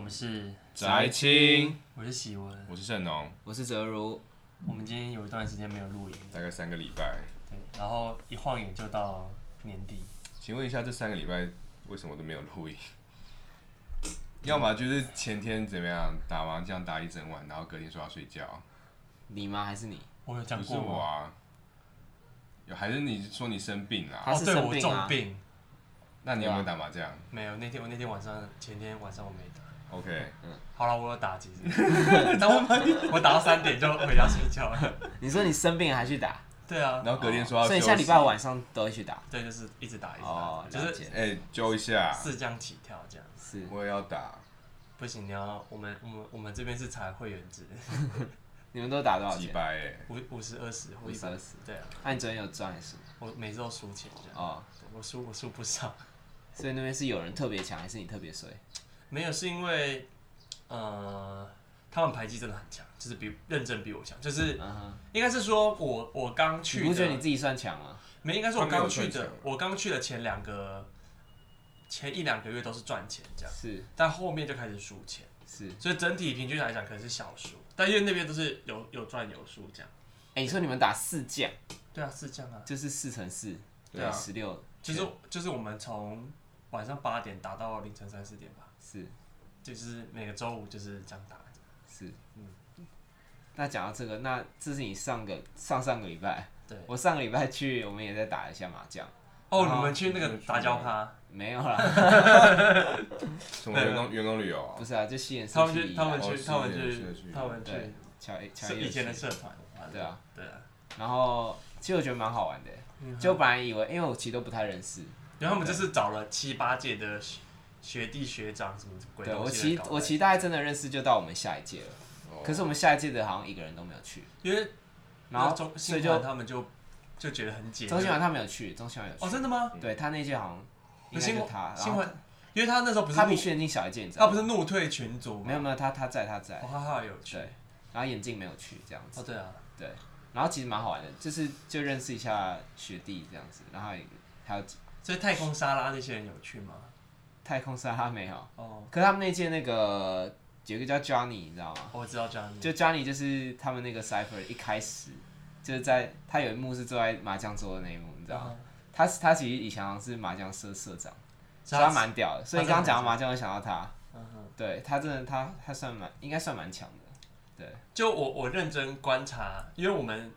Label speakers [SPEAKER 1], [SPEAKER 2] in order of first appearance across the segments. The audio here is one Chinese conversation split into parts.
[SPEAKER 1] 们是
[SPEAKER 2] 翟青，
[SPEAKER 1] 我是喜文，
[SPEAKER 2] 我是盛农，
[SPEAKER 3] 我是泽如，
[SPEAKER 1] 我们今天有一段时间没有录音，
[SPEAKER 2] 大概三个礼拜。
[SPEAKER 1] 对，然后一晃眼就到年底，
[SPEAKER 2] 请问一下，这三个礼拜为什么都没有录音？ 要么就是前天怎么样打麻将打一整晚，然后隔天说要睡觉，
[SPEAKER 3] 你吗？还是你？
[SPEAKER 1] 我有
[SPEAKER 2] 不
[SPEAKER 1] 讲
[SPEAKER 2] 是
[SPEAKER 1] 过吗？
[SPEAKER 2] 我
[SPEAKER 1] 哦
[SPEAKER 2] 啊，有还是你说你生病啦？
[SPEAKER 3] 他
[SPEAKER 1] 哦，
[SPEAKER 3] 是
[SPEAKER 1] 对
[SPEAKER 3] 生
[SPEAKER 1] 我
[SPEAKER 3] 病
[SPEAKER 1] 重
[SPEAKER 3] 啊
[SPEAKER 1] 病，
[SPEAKER 2] 那你有没有
[SPEAKER 3] 对
[SPEAKER 2] 打麻将
[SPEAKER 1] 没有那天我那天晚上前天晚上我没打，
[SPEAKER 2] ？OK，
[SPEAKER 1] 好了，我有打 几次，但我我打到三点就回家睡觉了。
[SPEAKER 3] 你说你生病还去打，
[SPEAKER 1] 对啊
[SPEAKER 2] 然，后隔天说要
[SPEAKER 3] 所以
[SPEAKER 2] 休
[SPEAKER 3] 你
[SPEAKER 2] 息，
[SPEAKER 3] 下礼拜晚上都会去打。
[SPEAKER 1] 对，就是一直打一直
[SPEAKER 3] 哦
[SPEAKER 1] 打，，
[SPEAKER 3] 了
[SPEAKER 1] 就是
[SPEAKER 3] 解，
[SPEAKER 2] 哎揪一下，
[SPEAKER 1] 四将起跳这样。
[SPEAKER 3] 是
[SPEAKER 2] 我也要打，
[SPEAKER 1] 不行，你要我们我们我们这边是采会员制，
[SPEAKER 3] 你们都打多少
[SPEAKER 2] 几
[SPEAKER 3] 钱？
[SPEAKER 2] 百哎，
[SPEAKER 1] 五五十二十或一百
[SPEAKER 3] 50-20，
[SPEAKER 1] 对啊，
[SPEAKER 3] 那你昨天有赚还是？
[SPEAKER 1] 我每次都输钱这样，
[SPEAKER 3] 哦，
[SPEAKER 1] 我输我输不少。
[SPEAKER 3] 所以那边是有人特别强，还是你特别衰？
[SPEAKER 1] 没有，是因为呃，他们排技真的很强，就是比认真比我强，就是
[SPEAKER 3] 嗯哼，
[SPEAKER 1] 应该是说我我刚
[SPEAKER 3] 你
[SPEAKER 1] 去
[SPEAKER 3] 不觉得你
[SPEAKER 1] 的，
[SPEAKER 3] 自己算强吗？
[SPEAKER 1] 没应该是我
[SPEAKER 2] 他没有
[SPEAKER 1] 刚去
[SPEAKER 2] 赚
[SPEAKER 1] 的
[SPEAKER 2] 钱，
[SPEAKER 1] 我刚去的前两个前一两个月都是赚钱这样，
[SPEAKER 3] 是
[SPEAKER 1] 但后面就开始输钱，
[SPEAKER 3] 是，
[SPEAKER 1] 所以整体平均来讲可能是小输，但因为那边都是有有赚有输这样。
[SPEAKER 3] 哎，你说你们打四将，
[SPEAKER 1] 对啊，是这样啊，
[SPEAKER 3] 就是四乘四，
[SPEAKER 1] 对啊
[SPEAKER 3] 十六，
[SPEAKER 1] 就是就是我们从晚上八点打到凌晨三四点吧，
[SPEAKER 3] 是
[SPEAKER 1] 就是每个周五就是这样打。
[SPEAKER 3] 是，那讲到这个，那这是你上个上上个礼拜，
[SPEAKER 1] 对，
[SPEAKER 3] 我上个礼拜去，我们也在打一下麻将，
[SPEAKER 1] 哦，
[SPEAKER 3] 然后
[SPEAKER 1] 你们去那个杂交趴。
[SPEAKER 3] 没有啦，
[SPEAKER 2] 什么员工员工旅游啊
[SPEAKER 3] 不？是啊，就西演
[SPEAKER 1] 他们去，他们
[SPEAKER 2] 哦
[SPEAKER 1] 去，
[SPEAKER 2] 是
[SPEAKER 1] 他们
[SPEAKER 2] 是
[SPEAKER 1] 去
[SPEAKER 2] 是是，
[SPEAKER 1] 他们
[SPEAKER 3] 啊对
[SPEAKER 1] 去，
[SPEAKER 3] 乔伊乔
[SPEAKER 1] 是
[SPEAKER 3] 伊
[SPEAKER 1] 以前的
[SPEAKER 3] 有去
[SPEAKER 1] 社团，
[SPEAKER 3] 对啊，
[SPEAKER 1] 对啊，
[SPEAKER 3] 然后其实我觉得蛮好玩
[SPEAKER 1] 嗯
[SPEAKER 3] 的，就本来以为，因为我其实都不太认识，
[SPEAKER 1] 然后他们就是找了七八届的学学弟学长什么鬼
[SPEAKER 3] 对
[SPEAKER 1] 东
[SPEAKER 3] 我
[SPEAKER 1] 西
[SPEAKER 3] 其
[SPEAKER 1] 来搞的
[SPEAKER 3] 我其实大概真的认识就到我们下一届了，
[SPEAKER 2] 哦
[SPEAKER 3] 可是我们下一届的好像一个人都没有去，
[SPEAKER 1] 因为
[SPEAKER 3] 然后
[SPEAKER 1] 那中
[SPEAKER 3] 所以
[SPEAKER 1] 新
[SPEAKER 3] 就
[SPEAKER 1] 团他们就就觉得很解
[SPEAKER 3] 钟欣然他没有去，钟欣然有
[SPEAKER 1] 哦，
[SPEAKER 3] 去，
[SPEAKER 1] 真的吗？
[SPEAKER 3] 对他那届好像应该
[SPEAKER 1] 新
[SPEAKER 3] 就他，然
[SPEAKER 1] 新
[SPEAKER 3] 后
[SPEAKER 1] 环，因为他那时候不是
[SPEAKER 3] 他比
[SPEAKER 1] 怒，
[SPEAKER 3] 徐元金小一届，你知
[SPEAKER 1] 他
[SPEAKER 3] 道
[SPEAKER 1] 不
[SPEAKER 3] 吗？
[SPEAKER 1] 是怒退群组
[SPEAKER 3] 没
[SPEAKER 1] 吗？
[SPEAKER 3] 有没有，他他在他在
[SPEAKER 1] 哦，，哈哈，有趣
[SPEAKER 3] 对，然后眼镜没有去这样子
[SPEAKER 1] 哦，，对啊，
[SPEAKER 3] 然后其实蛮好玩的，就是就认识一下学弟这样子，然后也还有
[SPEAKER 1] 所以太空沙拉那些人有去吗？
[SPEAKER 3] 太空沙哈没有，
[SPEAKER 1] 哦，
[SPEAKER 3] 可是他们那届那个有一个叫 Johnny，你知道吗？
[SPEAKER 1] 我知道 Johnny，
[SPEAKER 3] 就 Johnny 就是他们那个 Cipher 一开始就是在他有一幕是坐在麻将桌的那一幕，嗯你知道吗？他他其实以前好像是麻将社社长，所
[SPEAKER 1] 所
[SPEAKER 3] 以
[SPEAKER 1] 以他
[SPEAKER 3] 他蛮屌的。所
[SPEAKER 1] 他
[SPEAKER 3] 以
[SPEAKER 1] 真的
[SPEAKER 3] 你刚刚讲到麻将，我想到他，
[SPEAKER 1] 嗯哼
[SPEAKER 3] 对他真的他他算蛮应该算蛮强的，
[SPEAKER 1] 就我我认真观察，因为我们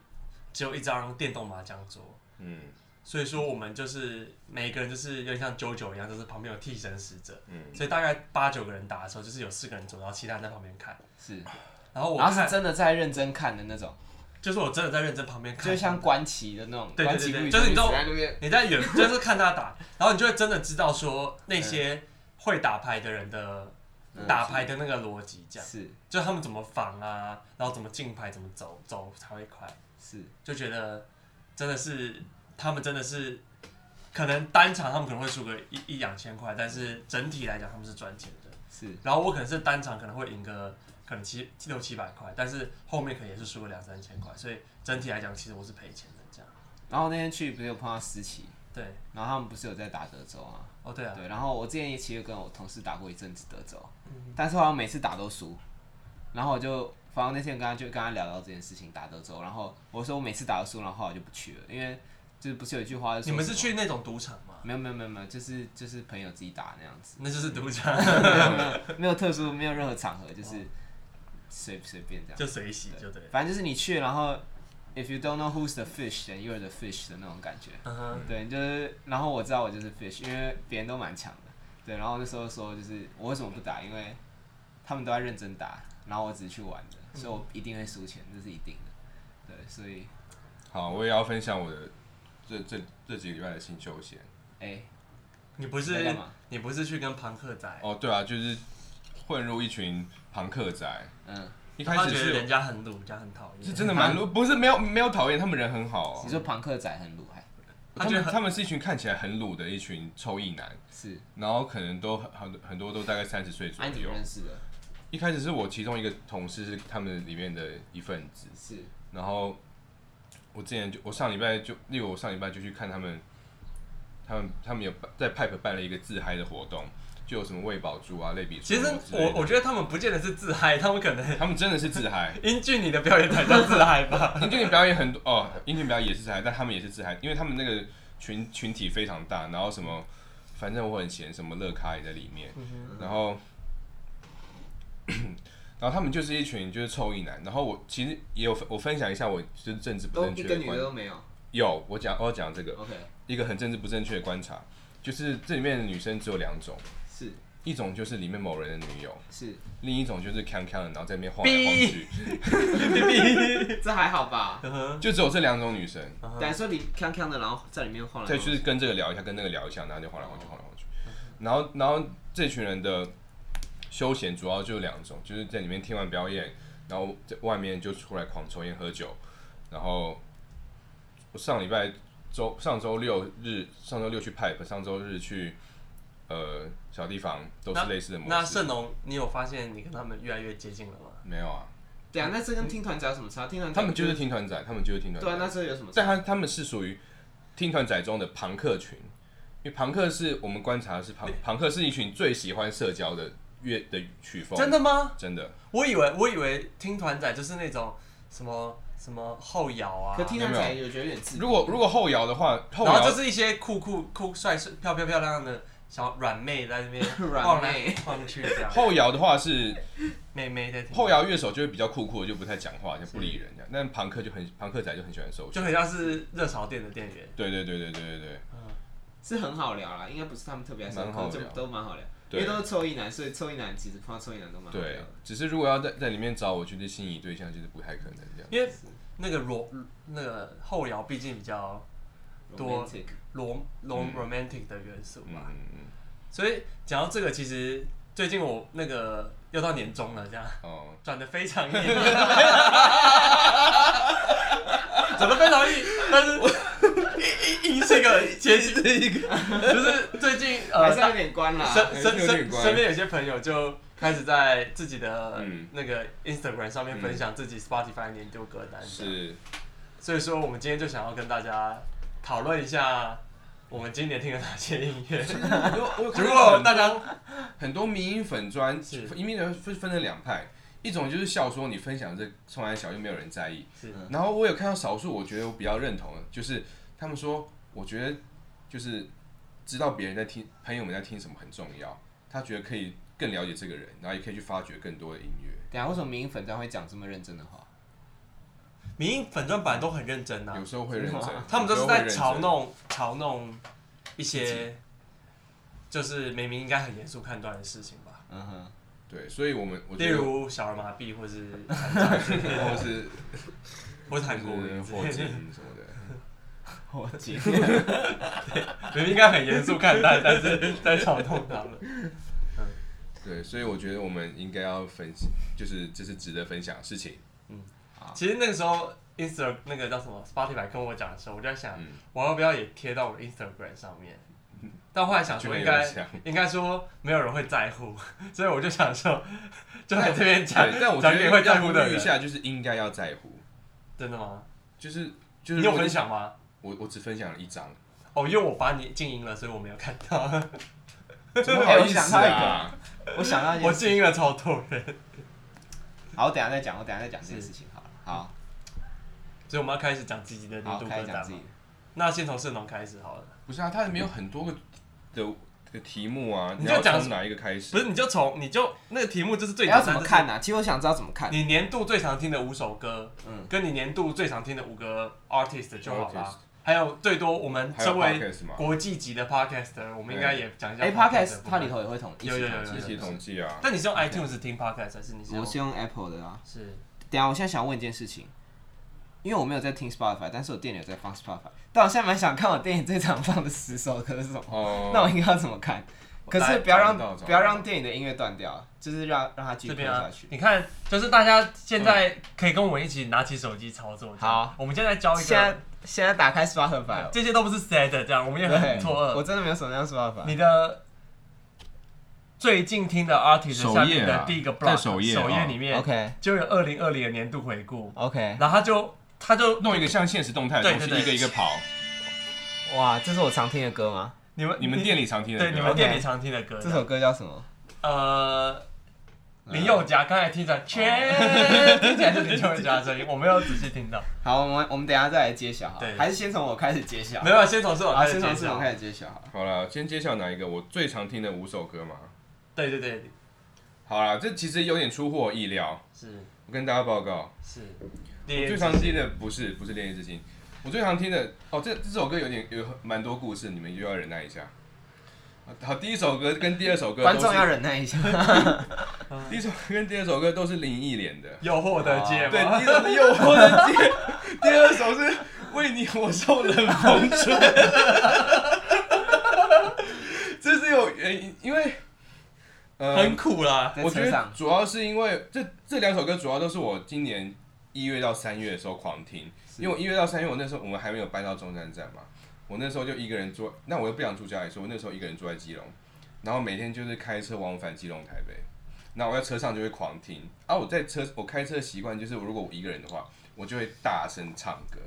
[SPEAKER 1] 只有一张电动麻将桌。
[SPEAKER 2] 嗯
[SPEAKER 1] 所以说我们就是每个人就是有点像九九一样，就是旁边有替身使者，
[SPEAKER 2] 嗯，
[SPEAKER 1] 所以大概八九个人打的时候，就是有四个人走，然后其他人在旁边看。
[SPEAKER 3] 是，
[SPEAKER 1] 然后我
[SPEAKER 3] 然后
[SPEAKER 1] 看
[SPEAKER 3] 是真的在认真看的那种，
[SPEAKER 1] 就是我真的在认真旁边看，
[SPEAKER 3] 就像观棋的那种，
[SPEAKER 1] 对对
[SPEAKER 3] 观
[SPEAKER 1] 对
[SPEAKER 3] 棋不
[SPEAKER 1] 对，
[SPEAKER 3] 语
[SPEAKER 1] 就是你知道
[SPEAKER 2] 死在那边
[SPEAKER 1] 你在远就是看他打，然后你就会真的知道说那些会打牌的人的
[SPEAKER 3] 嗯
[SPEAKER 1] 打牌的那个逻辑，这样
[SPEAKER 3] 是
[SPEAKER 1] 就他们怎么防啊，然后怎么进牌，怎么走走才会快，
[SPEAKER 3] 是
[SPEAKER 1] 就觉得真的是他们真的是，可能单场他们可能会输个一一两千块，但是整体来讲他们是赚钱的。
[SPEAKER 3] 是
[SPEAKER 1] 然后我可能是单场可能会赢个可能七六七百块，但是后面可能也是输个两三千块，所以整体来讲其实我是赔钱的这样。
[SPEAKER 3] 然后那天去不是有碰到思琪，
[SPEAKER 1] 对，
[SPEAKER 3] 然后他们不是有在打德州吗？
[SPEAKER 1] 哦对啊，嗯
[SPEAKER 3] 对，然后我之前也其实跟我同事打过一阵子德州，但是好像每次打都输，然后我就反正那天跟他就跟他聊到这件事情打德州，然后我说我每次打都输，然后后来就不去了，因为就是不是有一句话说
[SPEAKER 1] 啊你们是
[SPEAKER 3] 什么
[SPEAKER 1] 去那种赌场吗？
[SPEAKER 3] 没有没有没有没有，就是就是朋友自己打那样 子，
[SPEAKER 1] 那就是赌场，
[SPEAKER 3] 没有特殊没有任何场合，就是随随便这 样。
[SPEAKER 1] 就随喜哦就对。
[SPEAKER 3] 反正就是你去，然后 if you don't know who's the fish, then you're the fish 的那种感觉。
[SPEAKER 1] 嗯哼，
[SPEAKER 3] 对，就是，然后我知道我就是 fish，因为别人都蛮强的。对，然后那时候说就是我为什么不打，因为他们都在认真打，然后我只是去玩的，所以我一定会输钱，这是一定的。对，所以，
[SPEAKER 2] 好，我也要分享我的这这这几个礼拜的新休闲。
[SPEAKER 3] 哎、
[SPEAKER 1] 你不
[SPEAKER 3] 在
[SPEAKER 1] 是
[SPEAKER 3] 干嘛
[SPEAKER 1] 你不是去跟庞克仔，
[SPEAKER 2] 哦，对啊，就是混入一群朋克仔。
[SPEAKER 3] 嗯，
[SPEAKER 2] 一
[SPEAKER 1] 他
[SPEAKER 2] 开始
[SPEAKER 1] 觉得人嗯
[SPEAKER 2] 是
[SPEAKER 1] 家很鲁，人家很讨厌，
[SPEAKER 2] 是真的蛮，不是没有没有讨厌，他们人很好哦
[SPEAKER 3] 你。说庞克仔很鲁还
[SPEAKER 1] 他
[SPEAKER 2] 他
[SPEAKER 1] 觉得
[SPEAKER 2] 们
[SPEAKER 1] 很
[SPEAKER 2] 他们是一群看起来很鲁的一群臭意男，
[SPEAKER 3] 是？
[SPEAKER 2] 然后可能都很很很多都大概三十岁左
[SPEAKER 3] 安、啊、你怎
[SPEAKER 2] 右
[SPEAKER 3] 么。认识的？
[SPEAKER 2] 一开始是我其中一个同事是他们里面的一份子，
[SPEAKER 3] 是
[SPEAKER 2] 然后我之前就我上礼拜就，例如我上礼拜就去看他们，他们他们有办在 Pipe 办了一个自嗨的活动，就有什么喂饱猪啊、类比猪
[SPEAKER 1] 其实
[SPEAKER 2] 肉之类
[SPEAKER 1] 我
[SPEAKER 2] 的
[SPEAKER 1] 我觉得他们不见得是自嗨，他们可能
[SPEAKER 2] 他们真的是自嗨。
[SPEAKER 1] 英俊你的表演才叫自嗨吧。
[SPEAKER 2] 英俊的表演很多哦，英俊表演也是自嗨，但他们也是自嗨，因为他们那个群群体非常大，然后什么，反正我很闲，什么乐咖也在里面，
[SPEAKER 3] 嗯
[SPEAKER 2] 然后， 然后他们就是一群就是臭一男，然后我其实也有分我分享一下我就是政治不
[SPEAKER 3] 都
[SPEAKER 2] 正
[SPEAKER 3] 一
[SPEAKER 2] 确
[SPEAKER 3] 个
[SPEAKER 2] 的
[SPEAKER 3] 女
[SPEAKER 2] 观
[SPEAKER 3] 的，都没有。
[SPEAKER 2] 有我讲我要讲这个
[SPEAKER 3] OK，
[SPEAKER 2] 一个很政治不正确的观察，就是这里面的女生只有两种，
[SPEAKER 3] 是
[SPEAKER 2] 一种就是里面某人的女友，
[SPEAKER 3] 是，
[SPEAKER 2] 另一种就是康康的，然后在那边晃来晃去，
[SPEAKER 3] 这还好吧？
[SPEAKER 1] 嗯哼
[SPEAKER 2] 就只有这两种女生。
[SPEAKER 1] 嗯哼
[SPEAKER 3] 等于说你康康的，然后在里面晃来
[SPEAKER 2] 对，
[SPEAKER 3] 晃
[SPEAKER 2] 就
[SPEAKER 3] 去，
[SPEAKER 2] 是跟这个聊一下，跟那个聊一下，然后就晃来晃去，晃来晃去。然后，然后这群人的休闲主要就两种，就是在里面听完表演，然后在外面就出来狂抽烟喝酒。然后我上礼拜周上周六日，上周六去 pipe，上周日去呃小地方，都是类似的模
[SPEAKER 1] 那
[SPEAKER 2] 式。
[SPEAKER 1] 盛龙，你有发现你跟他们越来越接近了吗？
[SPEAKER 2] 没有啊，
[SPEAKER 3] 对啊，那这跟听团仔有什么差？听团仔
[SPEAKER 2] 他们就是听团仔，他们就是听团仔。
[SPEAKER 3] 对啊，那这有什么
[SPEAKER 2] 但
[SPEAKER 3] 差？
[SPEAKER 2] 他他们是属于听团仔中的朋克群，因为朋克是我们观察的是朋朋克是一群最喜欢社交的乐的曲风，
[SPEAKER 1] 真的吗？
[SPEAKER 2] 真的
[SPEAKER 1] 我以为我以为听团仔就是那种什么什么后摇啊
[SPEAKER 3] 可，听团
[SPEAKER 2] 有
[SPEAKER 3] 仔
[SPEAKER 2] 没
[SPEAKER 3] 有觉得有点自
[SPEAKER 2] 如果如果后摇的话，后
[SPEAKER 1] 然后
[SPEAKER 2] 摇
[SPEAKER 1] 就是一些酷酷酷帅帅漂漂漂亮亮的小软妹在那 边
[SPEAKER 3] 软
[SPEAKER 1] 晃来
[SPEAKER 3] 妹
[SPEAKER 1] 晃去这样，
[SPEAKER 2] 后摇的话是
[SPEAKER 1] 妹妹在听，
[SPEAKER 2] 后摇乐手就会比较酷酷的，就不太讲话，就不理人这样。但朋克就很朋克仔就很喜欢收
[SPEAKER 1] 就很像是热潮店的店员。
[SPEAKER 2] 对对对对对对
[SPEAKER 3] 是很好聊啦，应该不是他们特别爱说，
[SPEAKER 2] 蛮
[SPEAKER 3] 可
[SPEAKER 2] 好
[SPEAKER 3] 能
[SPEAKER 2] 聊
[SPEAKER 3] 就都蛮好聊，因
[SPEAKER 2] 对
[SPEAKER 3] 为都是臭一男，所以臭一男其实碰到臭一男都蛮
[SPEAKER 2] 对
[SPEAKER 3] 好聊
[SPEAKER 2] 对
[SPEAKER 3] 的。，
[SPEAKER 2] 只是如果要在在里面找我觉得心仪对象，就是不太可能这样。
[SPEAKER 1] 因为那个罗那个后摇毕竟比较多
[SPEAKER 3] Romantic
[SPEAKER 1] 罗罗
[SPEAKER 2] 嗯
[SPEAKER 1] romantic 的元素
[SPEAKER 2] 嗯
[SPEAKER 1] 嘛，
[SPEAKER 2] 嗯嗯，
[SPEAKER 1] 所以讲到这个，其实最近我那个又到年终了，这样
[SPEAKER 2] 哦，
[SPEAKER 1] 转的非 常硬，转的非常硬，但是硬硬是一个前提，
[SPEAKER 2] 一个
[SPEAKER 1] 就是最近呃
[SPEAKER 3] 还是有点关啦。
[SPEAKER 1] 身身
[SPEAKER 2] 啊有点
[SPEAKER 1] 身
[SPEAKER 2] 乖
[SPEAKER 1] 身边有些朋友就开始在自己的
[SPEAKER 2] 嗯
[SPEAKER 1] 那个 Instagram 上面
[SPEAKER 2] 嗯
[SPEAKER 1] 分享自己 Spotify 年度歌单，
[SPEAKER 2] 是
[SPEAKER 1] 所以说我们今天就想要跟大家讨论一下我们今年听了哪些音乐。 如果大家
[SPEAKER 2] 很多民音粉专
[SPEAKER 1] 是，
[SPEAKER 2] 民音人分分成两派，一种就是笑说你分享这从来小又没有人在意，
[SPEAKER 1] 是
[SPEAKER 2] 然后我有看到少数我觉得我比较认同的，就是他们说我觉得就是知道别人在听，朋友们在听什么很重要，他觉得可以更了解这个人，然后也可以去发掘更多的音乐，
[SPEAKER 3] 等一下为什么民营粉专会讲这么认真的话？
[SPEAKER 1] 民音粉专版都很认真啊
[SPEAKER 2] 有，时候会认真，
[SPEAKER 1] 他们都是在嘲
[SPEAKER 2] 朝，
[SPEAKER 1] 弄嘲弄一些就是明明应该很严肃看待的事情吧，
[SPEAKER 3] 嗯哼，
[SPEAKER 2] 对，所以我们我
[SPEAKER 1] 例
[SPEAKER 2] 觉得
[SPEAKER 1] 如小儿麻痹或是
[SPEAKER 2] 或是
[SPEAKER 1] 或是韩国
[SPEAKER 2] 或是呃
[SPEAKER 1] 人之类
[SPEAKER 2] 霍
[SPEAKER 1] 的
[SPEAKER 2] 金什么的，
[SPEAKER 3] 我姐，
[SPEAKER 1] 明明应该很严肃看待， 但是在嘲弄他们。
[SPEAKER 2] 对，所以我觉得我们应该要分析，就是这是值得分享的事情，
[SPEAKER 1] 其实那个时候，Instagram 那个叫什么 Spotify 跟我讲的时候，我就在想，
[SPEAKER 2] 嗯
[SPEAKER 1] 我要不要也贴到我的 Instagram 上面？但后来想说，
[SPEAKER 2] 就
[SPEAKER 1] 应
[SPEAKER 2] 没有人
[SPEAKER 1] 该
[SPEAKER 2] 想
[SPEAKER 1] 应该说没有人会在乎， 所以我就想说， 就在这边讲
[SPEAKER 2] 对，但我觉
[SPEAKER 1] 讲给
[SPEAKER 2] 得
[SPEAKER 1] 会在
[SPEAKER 2] 要
[SPEAKER 1] 乎
[SPEAKER 2] 呼
[SPEAKER 1] 的
[SPEAKER 2] 吁一
[SPEAKER 1] 人。
[SPEAKER 2] 下，就是应该要在乎，
[SPEAKER 1] 真的吗？
[SPEAKER 2] 就是就是
[SPEAKER 1] 你
[SPEAKER 2] 如
[SPEAKER 1] 有
[SPEAKER 2] 果
[SPEAKER 1] 分，享吗？
[SPEAKER 2] 我我只分享了一张，
[SPEAKER 1] 哦，因为我把你静音了，所以我没有看到。
[SPEAKER 3] 哦
[SPEAKER 2] 怎么好意
[SPEAKER 3] 想
[SPEAKER 2] 思
[SPEAKER 3] 到一
[SPEAKER 2] 啊
[SPEAKER 3] 个？ 我想到一
[SPEAKER 1] 我
[SPEAKER 3] 件事，
[SPEAKER 1] 静音了超多人，
[SPEAKER 3] 好，我等一下再讲，我等一下再讲这件事情好了。好，
[SPEAKER 1] 所以我们要开始讲自己的年
[SPEAKER 3] 好，
[SPEAKER 1] 度歌
[SPEAKER 3] 开始讲
[SPEAKER 1] 单
[SPEAKER 3] 自
[SPEAKER 1] 嘛
[SPEAKER 3] 己。。
[SPEAKER 1] 那先从盛龙开始好了，
[SPEAKER 2] 不是啊，它里面有很多个的的题目啊，
[SPEAKER 1] 你
[SPEAKER 2] 你
[SPEAKER 1] 就
[SPEAKER 2] 要
[SPEAKER 1] 讲
[SPEAKER 2] 从哪一个开始？
[SPEAKER 1] 不是你就从你就那个题目就是最
[SPEAKER 3] 你
[SPEAKER 1] 简
[SPEAKER 3] 哎要
[SPEAKER 1] 单
[SPEAKER 3] 怎么
[SPEAKER 1] 就是
[SPEAKER 3] 看呢？啊其实我想知道怎么看。
[SPEAKER 1] 你年度最常听的五首歌，
[SPEAKER 3] 嗯
[SPEAKER 1] 跟你年度最常听的五个 artist 就好啦
[SPEAKER 2] Artist。
[SPEAKER 1] 还有最多我们
[SPEAKER 2] 还有
[SPEAKER 1] 身为
[SPEAKER 2] podcast 吗？
[SPEAKER 1] 国际级的 podcaster，我们应该也讲一下。
[SPEAKER 3] 哎，Podcast 它里
[SPEAKER 1] 头，
[SPEAKER 3] 头也会统一起
[SPEAKER 1] 有有有
[SPEAKER 3] 统计
[SPEAKER 1] 有
[SPEAKER 2] 一起统计啊，
[SPEAKER 1] 但你是用 iTunes 听 podcast 还是你是用
[SPEAKER 3] 我是用 Apple 的啊。
[SPEAKER 1] 是
[SPEAKER 3] 等一下，我现在想问一件事情，因为我没有在听 Spotify，但是我店里有在放 Spotify，但我现在蛮想看我电影最常放的十首歌是什么，
[SPEAKER 2] 哦，
[SPEAKER 3] 那我应该要怎么看？可
[SPEAKER 1] 来
[SPEAKER 3] 是不要让
[SPEAKER 2] 找得到
[SPEAKER 3] 不要让电影的音乐断掉，就是让让它继
[SPEAKER 1] 这
[SPEAKER 3] 续播
[SPEAKER 1] 边啊
[SPEAKER 3] 下去？。
[SPEAKER 1] 你看，就是大家现在可以跟我一起拿起手机操作。这样
[SPEAKER 3] 嗯好，
[SPEAKER 1] 我们现在教一
[SPEAKER 3] 现在
[SPEAKER 1] 个，
[SPEAKER 3] 现在打开 Spotify，
[SPEAKER 1] 这些都不是 sad 这样，我们也很
[SPEAKER 3] 对，
[SPEAKER 1] 错愕
[SPEAKER 3] 我。真的没有什么样 Spotify。
[SPEAKER 1] 你的最近听的 artist
[SPEAKER 2] 首
[SPEAKER 1] 下
[SPEAKER 2] 页
[SPEAKER 1] 面的
[SPEAKER 2] 啊
[SPEAKER 1] 第一个 block
[SPEAKER 2] 在首页啊
[SPEAKER 1] 首页里面
[SPEAKER 3] OK
[SPEAKER 1] 就有二零二零的年度回顾，
[SPEAKER 3] OK，
[SPEAKER 1] 然后他就他就
[SPEAKER 2] 弄一个像现实动态的
[SPEAKER 1] 对
[SPEAKER 2] 东西，
[SPEAKER 1] 对对
[SPEAKER 2] 一个一个跑，
[SPEAKER 3] 哇，这是我常听的歌吗？
[SPEAKER 1] 你们
[SPEAKER 2] 你们店里常听的歌，
[SPEAKER 1] 对你们店里常听的歌，
[SPEAKER 3] 这首歌叫什么？
[SPEAKER 1] 呃，
[SPEAKER 2] 嗯
[SPEAKER 1] 林宥嘉刚才听 着，切，听起来是林宥嘉的声音，我没有仔细听 到。
[SPEAKER 3] 好，我们我们等一下再来揭晓好了，
[SPEAKER 1] 对
[SPEAKER 3] 还是先从我开始揭晓
[SPEAKER 1] 没。有，先从这首
[SPEAKER 3] 好，
[SPEAKER 1] 开始
[SPEAKER 2] 啊
[SPEAKER 3] 先
[SPEAKER 1] 介
[SPEAKER 3] 从
[SPEAKER 1] 绍
[SPEAKER 3] 这种。开始揭晓好了。
[SPEAKER 2] 好了，先揭晓哪一个我最常听的五首歌嘛。
[SPEAKER 1] 对对对，
[SPEAKER 2] 好啦，这其实有点出乎我意料。
[SPEAKER 1] 是
[SPEAKER 2] 我跟大家报告，
[SPEAKER 1] 是。
[SPEAKER 2] 我最
[SPEAKER 1] 恋
[SPEAKER 2] 常听的不是不是《恋夜之心》，我最常听的哦，这这首歌有点有蛮多故事，你们又要忍耐一下。好，第一首歌跟第二首歌
[SPEAKER 3] 观
[SPEAKER 2] 都
[SPEAKER 3] 众要
[SPEAKER 2] 是，
[SPEAKER 3] 忍耐一下。
[SPEAKER 2] 第一首歌跟第二首歌都是林忆莲的。
[SPEAKER 1] 诱惑的街
[SPEAKER 3] 哦
[SPEAKER 2] 对，
[SPEAKER 1] 吗
[SPEAKER 2] 第一首是诱惑的街，第二首是为你我受冷风吹。 这是有原因，因为呃，
[SPEAKER 1] 很苦啦。
[SPEAKER 3] 在
[SPEAKER 2] 我觉
[SPEAKER 3] 车
[SPEAKER 2] 得
[SPEAKER 3] 上，
[SPEAKER 2] 主要是因为这这两首歌主要都是我今年一月到三月的时候狂听，因为我一月到三月我那时候我们还没有搬到中山站嘛，我那时候就一个人住，那我又不想住家里，所以我那时候一个人住在基隆，然后每天就是开车往返基隆台北，那我在车上就会狂听啊，我在车我开车的习惯就是我如果我一个人的话，我就会大声唱歌，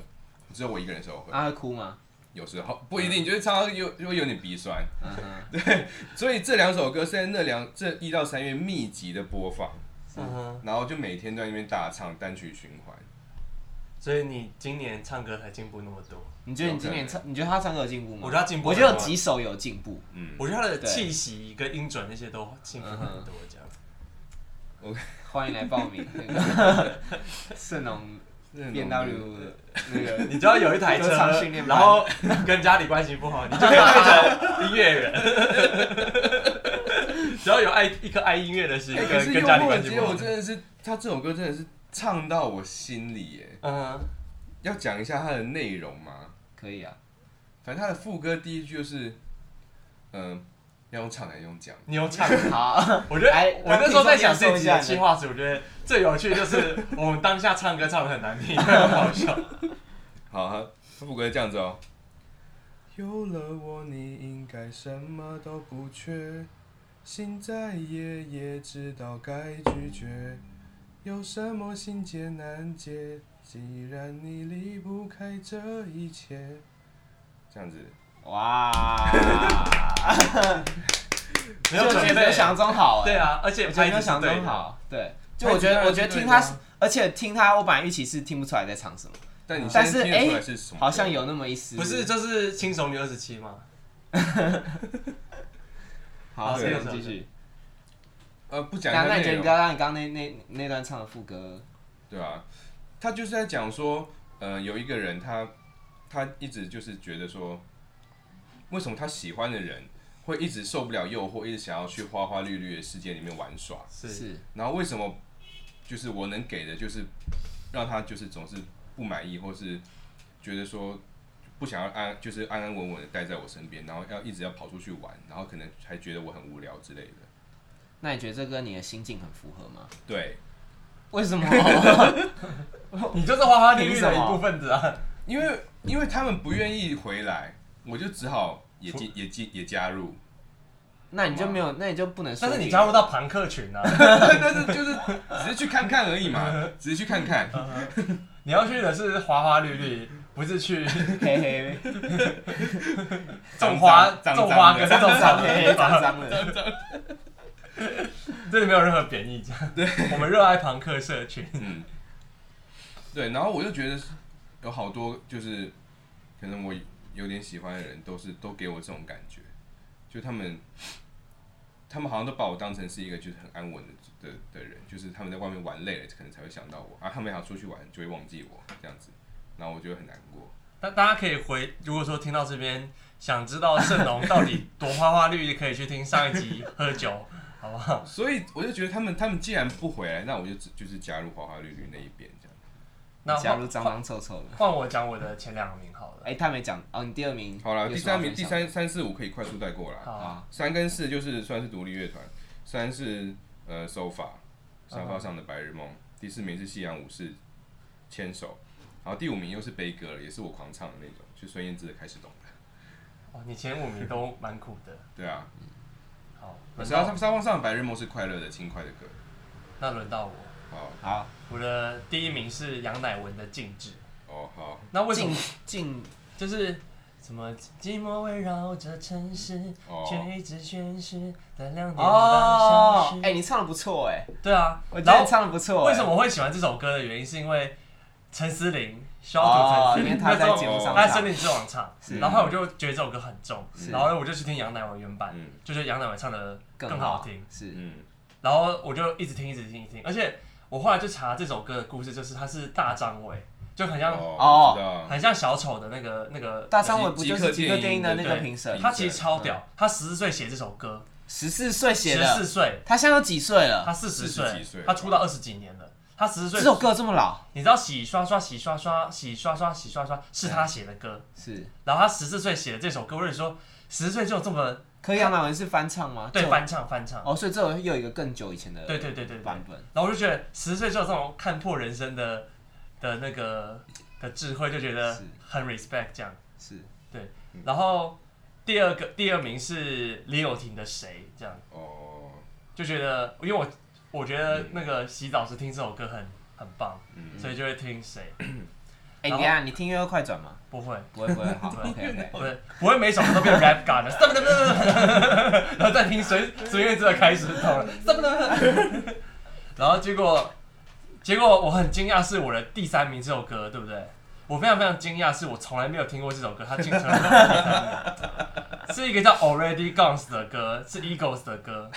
[SPEAKER 2] 只有我一个人的时候会，
[SPEAKER 3] 啊会哭吗？
[SPEAKER 2] 有时候不一定，就是唱到有就会有点鼻酸，
[SPEAKER 3] 嗯哼，
[SPEAKER 2] 所以这两首歌是在那两这一到三月密集的播放。
[SPEAKER 1] 嗯哼，
[SPEAKER 2] 然后就每天在那边大唱单曲循环。
[SPEAKER 1] 所以你今年唱歌才进步那么多，
[SPEAKER 3] 你觉得你今年唱，你觉得他唱歌有进步吗？
[SPEAKER 1] 我觉得他进步
[SPEAKER 3] 我
[SPEAKER 1] 很
[SPEAKER 3] 觉
[SPEAKER 1] 多
[SPEAKER 3] 得有几首有进步。
[SPEAKER 2] 嗯，
[SPEAKER 1] 我觉得他的
[SPEAKER 3] 对
[SPEAKER 1] 气息跟音准那些都进步很多，这样。
[SPEAKER 3] 欢迎来报 名， 那个盛隆 B M W 那个
[SPEAKER 1] 你知道有一台车
[SPEAKER 3] 歌唱训练，班
[SPEAKER 1] 然后跟家里关系不好，你就可以 变成音乐人。只要有爱一颗爱音乐的心
[SPEAKER 2] 哎，可
[SPEAKER 1] 跟
[SPEAKER 2] 是
[SPEAKER 1] 跟
[SPEAKER 2] 幽
[SPEAKER 1] 家里
[SPEAKER 2] 默
[SPEAKER 1] 关
[SPEAKER 2] 的
[SPEAKER 1] 系
[SPEAKER 2] 街，
[SPEAKER 1] 不好
[SPEAKER 2] 我。真的是他这首歌真的是唱到我心里耶。
[SPEAKER 1] 嗯，
[SPEAKER 2] 要讲一下它的内容吗？
[SPEAKER 3] 可以啊，
[SPEAKER 2] 反正它的副歌第一句就是，嗯、要用唱还是用讲？
[SPEAKER 1] 你有 唱。
[SPEAKER 3] 好，
[SPEAKER 1] 我觉得
[SPEAKER 3] 来
[SPEAKER 1] 我那时候在想
[SPEAKER 3] 听
[SPEAKER 1] 这
[SPEAKER 3] 众
[SPEAKER 1] 集
[SPEAKER 3] 感
[SPEAKER 1] 的
[SPEAKER 3] 受一下
[SPEAKER 1] 计划时，我觉得最有趣的就是我们当下唱歌唱的很难听，很好 笑。
[SPEAKER 2] 好，它它副歌是这样子哦。有了我，你应该什么都不缺，心再野也知道该拒绝。有什么心结难解？既然你离不开这一切，这样子，
[SPEAKER 3] 哇，
[SPEAKER 1] 没有
[SPEAKER 3] 就
[SPEAKER 1] 准
[SPEAKER 3] 没
[SPEAKER 1] 备
[SPEAKER 3] 有，想中好，哎
[SPEAKER 1] 对，啊，而且
[SPEAKER 3] 我觉得
[SPEAKER 1] 拍
[SPEAKER 3] 没有
[SPEAKER 1] 子是
[SPEAKER 3] 想
[SPEAKER 1] 对
[SPEAKER 3] 中
[SPEAKER 1] 的，
[SPEAKER 3] 好，对，就我觉得我觉得听他，而且听他，我本来预期是听不出来在唱什么，
[SPEAKER 2] 但你现在
[SPEAKER 3] 但是
[SPEAKER 2] 听得出
[SPEAKER 3] 哎
[SPEAKER 2] 来是什么歌？
[SPEAKER 3] 好像有那么一丝，
[SPEAKER 1] 不是就是轻松女二十七吗？
[SPEAKER 3] 好，
[SPEAKER 1] 好
[SPEAKER 3] 所以
[SPEAKER 1] 对
[SPEAKER 3] 我们继续。
[SPEAKER 2] 呃，不讲一
[SPEAKER 3] 那
[SPEAKER 2] 下
[SPEAKER 3] 那你
[SPEAKER 2] 内
[SPEAKER 3] 觉得你
[SPEAKER 2] 容
[SPEAKER 3] 刚，刚你刚刚那那那段唱的副歌，
[SPEAKER 2] 对啊，他就是在讲说，呃，有一个人他他一直就是觉得说，为什么他喜欢的人会一直受不了诱惑，一直想要去花花绿绿的世界里面玩耍，
[SPEAKER 1] 是
[SPEAKER 3] 是
[SPEAKER 2] 然后为什么就是我能给的就是让他就是总是不满意，或是觉得说。不想要安，就是安安稳稳的待在我身边，然后要一直要跑出去玩，然后可能还觉得我很无聊之类的。
[SPEAKER 3] 那你觉得这跟你的心境很符合吗？
[SPEAKER 2] 对，
[SPEAKER 3] 为什么？
[SPEAKER 1] 你就是花花绿绿的
[SPEAKER 3] 凭什
[SPEAKER 1] 一
[SPEAKER 3] 么
[SPEAKER 1] 部分子啊。
[SPEAKER 2] 因为因为他们不愿意回来，我就只好也进也进也加入，
[SPEAKER 3] 那你就没有，那你就不能说
[SPEAKER 1] 但
[SPEAKER 3] 别人。
[SPEAKER 1] 是你加入到朋克群啊，
[SPEAKER 2] 但是就是只是去看看而已嘛，只是去看
[SPEAKER 1] 嗯
[SPEAKER 2] 看。
[SPEAKER 1] 你要去的是花花绿绿，不是去
[SPEAKER 3] 嘿嘿，
[SPEAKER 1] 种花
[SPEAKER 2] 脏脏
[SPEAKER 1] 种花跟
[SPEAKER 2] 脏
[SPEAKER 1] 种草
[SPEAKER 3] 脏嘿嘿脏脏的。
[SPEAKER 1] 这里没有任何贬义，这样。对，我们热爱朋克社群。
[SPEAKER 2] 嗯，对，然后我就觉得有好多就是可能我有点喜欢的人，都是都给我这种感觉，就他们他们好像都把我当成是一个就是很安稳的的的人，就是他们在外面玩累了，可能才会想到我啊，他们想出去玩就会忘记我这样子，然后我就会很难过。
[SPEAKER 1] 那大家可以回，如果说听到这边想知道盛龙到底多花花绿绿，可以去听上一集喝酒，好不 好？
[SPEAKER 2] 所以我就觉得他们他们既然不回来，那我就只就是加入花花绿绿那一边这样。
[SPEAKER 1] 那
[SPEAKER 3] 加
[SPEAKER 1] 换
[SPEAKER 3] 入脏脏臭臭的。
[SPEAKER 1] 换我讲我的前两名好了。
[SPEAKER 3] 哎，他没讲哦，你第二名。
[SPEAKER 2] 好了，第
[SPEAKER 3] 有什么
[SPEAKER 2] 三
[SPEAKER 3] 要
[SPEAKER 2] 名、
[SPEAKER 3] 分
[SPEAKER 2] 第
[SPEAKER 3] 享
[SPEAKER 2] 三三四五可以快速带过了。
[SPEAKER 1] 好，
[SPEAKER 3] 啊，
[SPEAKER 2] 三跟四就是算是独立乐团，三是呃手法，沙发上的白日梦，第四名是夕阳武士，牵手，然后第五名又是悲歌了，也是我狂唱的那种，就孙燕姿的开始懂了。
[SPEAKER 1] 哦，你前五名都蛮苦的。
[SPEAKER 2] 对啊，
[SPEAKER 1] 好，轮
[SPEAKER 2] 沙
[SPEAKER 1] 到
[SPEAKER 2] 发沙发上的白日梦是快乐的、轻快的歌。哦
[SPEAKER 1] 那轮到我，
[SPEAKER 2] 好
[SPEAKER 3] 好，
[SPEAKER 1] 我的第一名是杨乃文的《静止》。
[SPEAKER 2] 哦，好，
[SPEAKER 1] 那为什
[SPEAKER 3] 静
[SPEAKER 1] 么？
[SPEAKER 3] 静
[SPEAKER 1] 就是怎么寂寞围绕着城市，
[SPEAKER 2] 哦
[SPEAKER 1] 却一直宣誓在两点半
[SPEAKER 3] 哦
[SPEAKER 1] 消，
[SPEAKER 3] 哎、
[SPEAKER 1] 失。
[SPEAKER 3] 你唱的不错哎、
[SPEAKER 1] 对啊
[SPEAKER 3] 我，觉
[SPEAKER 1] 然
[SPEAKER 3] 得
[SPEAKER 1] 后
[SPEAKER 3] 你唱的不错、哎
[SPEAKER 1] 为什么我会喜欢这首歌的原因，是因为陈思琳，小
[SPEAKER 3] 哦
[SPEAKER 1] 土，陈思
[SPEAKER 3] 因为
[SPEAKER 1] 琳，
[SPEAKER 3] 他
[SPEAKER 1] 那时
[SPEAKER 3] 在
[SPEAKER 1] 候
[SPEAKER 3] 节目上
[SPEAKER 1] 他在
[SPEAKER 3] 唱
[SPEAKER 1] 森林之王唱，
[SPEAKER 3] 是
[SPEAKER 1] 然后我就觉得这首歌很重，
[SPEAKER 3] 是
[SPEAKER 1] 然后我就去听杨乃文原版
[SPEAKER 2] 嗯，
[SPEAKER 1] 就是杨乃文唱的更好
[SPEAKER 3] 好
[SPEAKER 1] 听，，
[SPEAKER 3] 是
[SPEAKER 2] 嗯，
[SPEAKER 1] 然后我就一直听，一直听，一直听，而且我后来就查这首歌的故事，就是它是大张伟，就很像
[SPEAKER 3] 哦
[SPEAKER 2] 哦，知道
[SPEAKER 1] 很像小丑的那个那个，
[SPEAKER 3] 大张伟不就是
[SPEAKER 2] 极
[SPEAKER 3] 极
[SPEAKER 2] 客
[SPEAKER 3] 客电影的那个
[SPEAKER 1] 电影
[SPEAKER 3] 评审
[SPEAKER 2] 对？
[SPEAKER 1] 他其实超屌，他十四岁写这首歌，
[SPEAKER 3] 十四岁写
[SPEAKER 1] 十
[SPEAKER 3] 的
[SPEAKER 1] 四，岁，
[SPEAKER 3] 他现在都几岁了？
[SPEAKER 1] 他四十
[SPEAKER 2] 40
[SPEAKER 1] 岁
[SPEAKER 2] 几岁，
[SPEAKER 1] 他出道二十几年了，他十四
[SPEAKER 3] 这
[SPEAKER 1] 岁
[SPEAKER 3] 首歌这么老，
[SPEAKER 1] 你知道洗刷刷洗刷刷洗刷刷洗刷刷是他写的歌，
[SPEAKER 3] 是
[SPEAKER 1] 然后他十四岁写的这首歌，我跟你说，十四岁就有这么
[SPEAKER 3] 可以杨乃文是翻唱吗？
[SPEAKER 1] 对
[SPEAKER 3] 这
[SPEAKER 1] 翻唱翻唱，
[SPEAKER 3] 哦，所以这首又有一个更久以前的
[SPEAKER 1] 对对对对对，
[SPEAKER 3] 版本，
[SPEAKER 1] 然后我就觉得十四岁就有这种看破人生的的那个的智慧，就觉得
[SPEAKER 3] 是
[SPEAKER 1] 很 respect 这样。
[SPEAKER 3] 是
[SPEAKER 1] 然后第二个第二名是李友廷的谁这样，
[SPEAKER 2] 哦，
[SPEAKER 1] 就觉得因为我我觉
[SPEAKER 3] 嗯
[SPEAKER 1] 得那个洗澡时听这首歌很很棒，
[SPEAKER 2] 嗯
[SPEAKER 1] 所以就会听谁
[SPEAKER 3] 哎、
[SPEAKER 1] 然后
[SPEAKER 3] 等一下你听音乐快转吗？
[SPEAKER 1] 不会。
[SPEAKER 3] 不会不会， 好，OK OK。
[SPEAKER 1] 不是，不会每首歌都变 rap god 的，噔噔噔噔， 然后再听随随便这开始懂了，噔 噔噔，然后结果结果我很惊讶，是我的第三名这首歌，对不对？我非常非常惊讶，是我从来没有听过这首歌，它竟成了我的第三名，是一个叫 Already Gone 的歌，是 Eagles 的歌。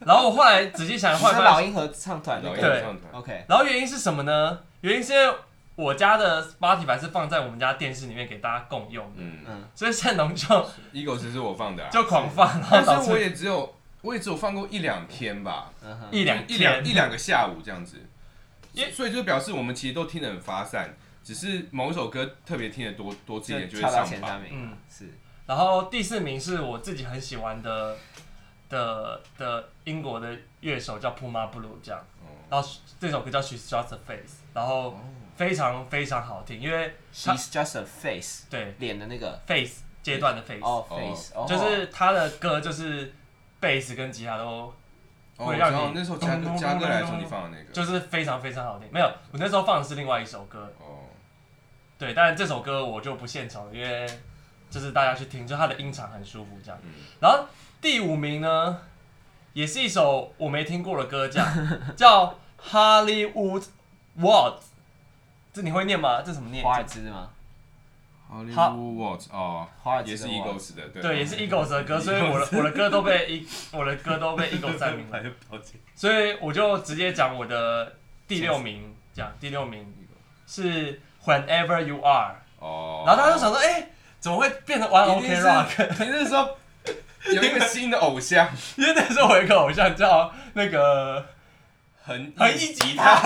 [SPEAKER 1] 然后我后来仔细想一
[SPEAKER 3] 是
[SPEAKER 1] 想，
[SPEAKER 3] 老鹰合唱团那
[SPEAKER 2] 老
[SPEAKER 3] 个
[SPEAKER 2] 鹰
[SPEAKER 1] 对
[SPEAKER 2] 合唱团，
[SPEAKER 3] ，OK，
[SPEAKER 1] 然后原因是什么呢？原因是因为我家的 Spotify 是放在我们家电视里面给大家共用的，
[SPEAKER 2] 嗯
[SPEAKER 3] 嗯，
[SPEAKER 1] 所以盛龙就
[SPEAKER 2] ，Eagles 是我放的啊，
[SPEAKER 1] 就狂放，然后导
[SPEAKER 2] 但是我
[SPEAKER 1] 致
[SPEAKER 2] 也只有我也只有放过一两天吧，
[SPEAKER 3] 嗯哼，
[SPEAKER 1] 一两
[SPEAKER 2] 一两一
[SPEAKER 1] 天
[SPEAKER 2] 两个下午这样子
[SPEAKER 1] 因为，
[SPEAKER 2] 所以就表示我们其实都听得很发散，只是某一首歌特别听得多多听一点就
[SPEAKER 3] 就
[SPEAKER 2] 会
[SPEAKER 3] 跳到
[SPEAKER 2] 上
[SPEAKER 3] 前
[SPEAKER 2] 榜
[SPEAKER 3] 三。名，
[SPEAKER 1] 嗯，
[SPEAKER 3] 是
[SPEAKER 1] 然后第四名是我自己很喜欢的的的英国的乐手叫 Puma Blue 这样，
[SPEAKER 2] 哦
[SPEAKER 1] 然后这首歌叫 She's Just a Face，然后非常非常好听，因为它
[SPEAKER 3] ，She's just a face，
[SPEAKER 1] 对
[SPEAKER 3] 脸的那个
[SPEAKER 1] face 阶段的 face，、
[SPEAKER 3] 哦
[SPEAKER 2] 哦
[SPEAKER 3] ，face，哦，
[SPEAKER 1] 就是他的歌就是贝斯跟吉他都
[SPEAKER 2] 哦，
[SPEAKER 1] 会
[SPEAKER 2] 我知
[SPEAKER 1] 让
[SPEAKER 2] 道
[SPEAKER 1] 你
[SPEAKER 2] 那时候嘉
[SPEAKER 1] 咚咚
[SPEAKER 2] 哥
[SPEAKER 1] 咚
[SPEAKER 2] 嘉哥来的时候
[SPEAKER 1] 咚
[SPEAKER 2] 你放的那个，
[SPEAKER 1] 就是非常非常好听。没有，我那时候放的是另外一首歌，
[SPEAKER 2] 哦，
[SPEAKER 1] 对，但这首歌我就不献丑了，因为就是大家去听，就它的音场很舒服这样。
[SPEAKER 2] 嗯
[SPEAKER 1] 然后第五名呢，也是一首我没听过的歌，这样叫 Hollywood Waltz，这你会念吗？这怎么念？
[SPEAKER 3] 华尔兹吗？
[SPEAKER 2] 嗯 Hollywood Waltz 哦，
[SPEAKER 3] 华尔兹
[SPEAKER 2] 也是
[SPEAKER 3] 的 Waltz
[SPEAKER 2] Eagles 的，对嗯
[SPEAKER 1] 对，也是 Eagles 的 歌，所以我的我的歌都被一我的歌都被 Eagles 占名了，所以我就直接讲我的第六名，这样第六名是 Whenever You Are，
[SPEAKER 2] 哦，
[SPEAKER 1] 然后大家就想说，哎、怎么会变成玩
[SPEAKER 2] 一
[SPEAKER 1] OK
[SPEAKER 2] 定是
[SPEAKER 1] Rock？
[SPEAKER 2] 你那时候有一个新的偶像，
[SPEAKER 1] 因为那时候我有一个偶像叫那个
[SPEAKER 2] 很
[SPEAKER 1] 很一吉他，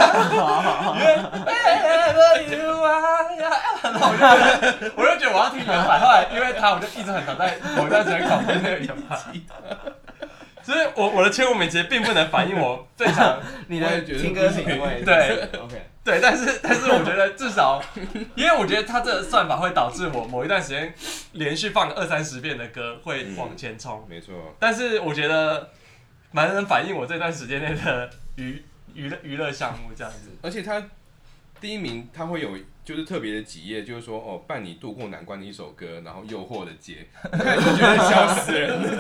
[SPEAKER 1] 因为 Whenever you are，然哎后我就觉得 我就觉得我要听原版，后来因为他我就一直很想在某一段时间搞听那个原版，所以我我的前五名其实并不能反映我非常
[SPEAKER 3] 你
[SPEAKER 2] 我
[SPEAKER 3] 的
[SPEAKER 2] 也觉得
[SPEAKER 3] 听歌
[SPEAKER 2] 不
[SPEAKER 3] 品
[SPEAKER 2] 行
[SPEAKER 3] 味，
[SPEAKER 1] 对
[SPEAKER 3] ，OK，
[SPEAKER 1] 对，但是但是我觉得至少，因为我觉得它这个算法会导致我某一段时间连续放二三十遍的歌会往前冲，
[SPEAKER 2] 没错，
[SPEAKER 1] 但是我觉得蛮能反映我这段时间内的娱娱乐娱乐项目这样子。
[SPEAKER 2] 而且他第一名他会有就是特别的几页，就是说哦，伴你度过难关的一首歌，然后诱惑的结， 我觉得笑死人。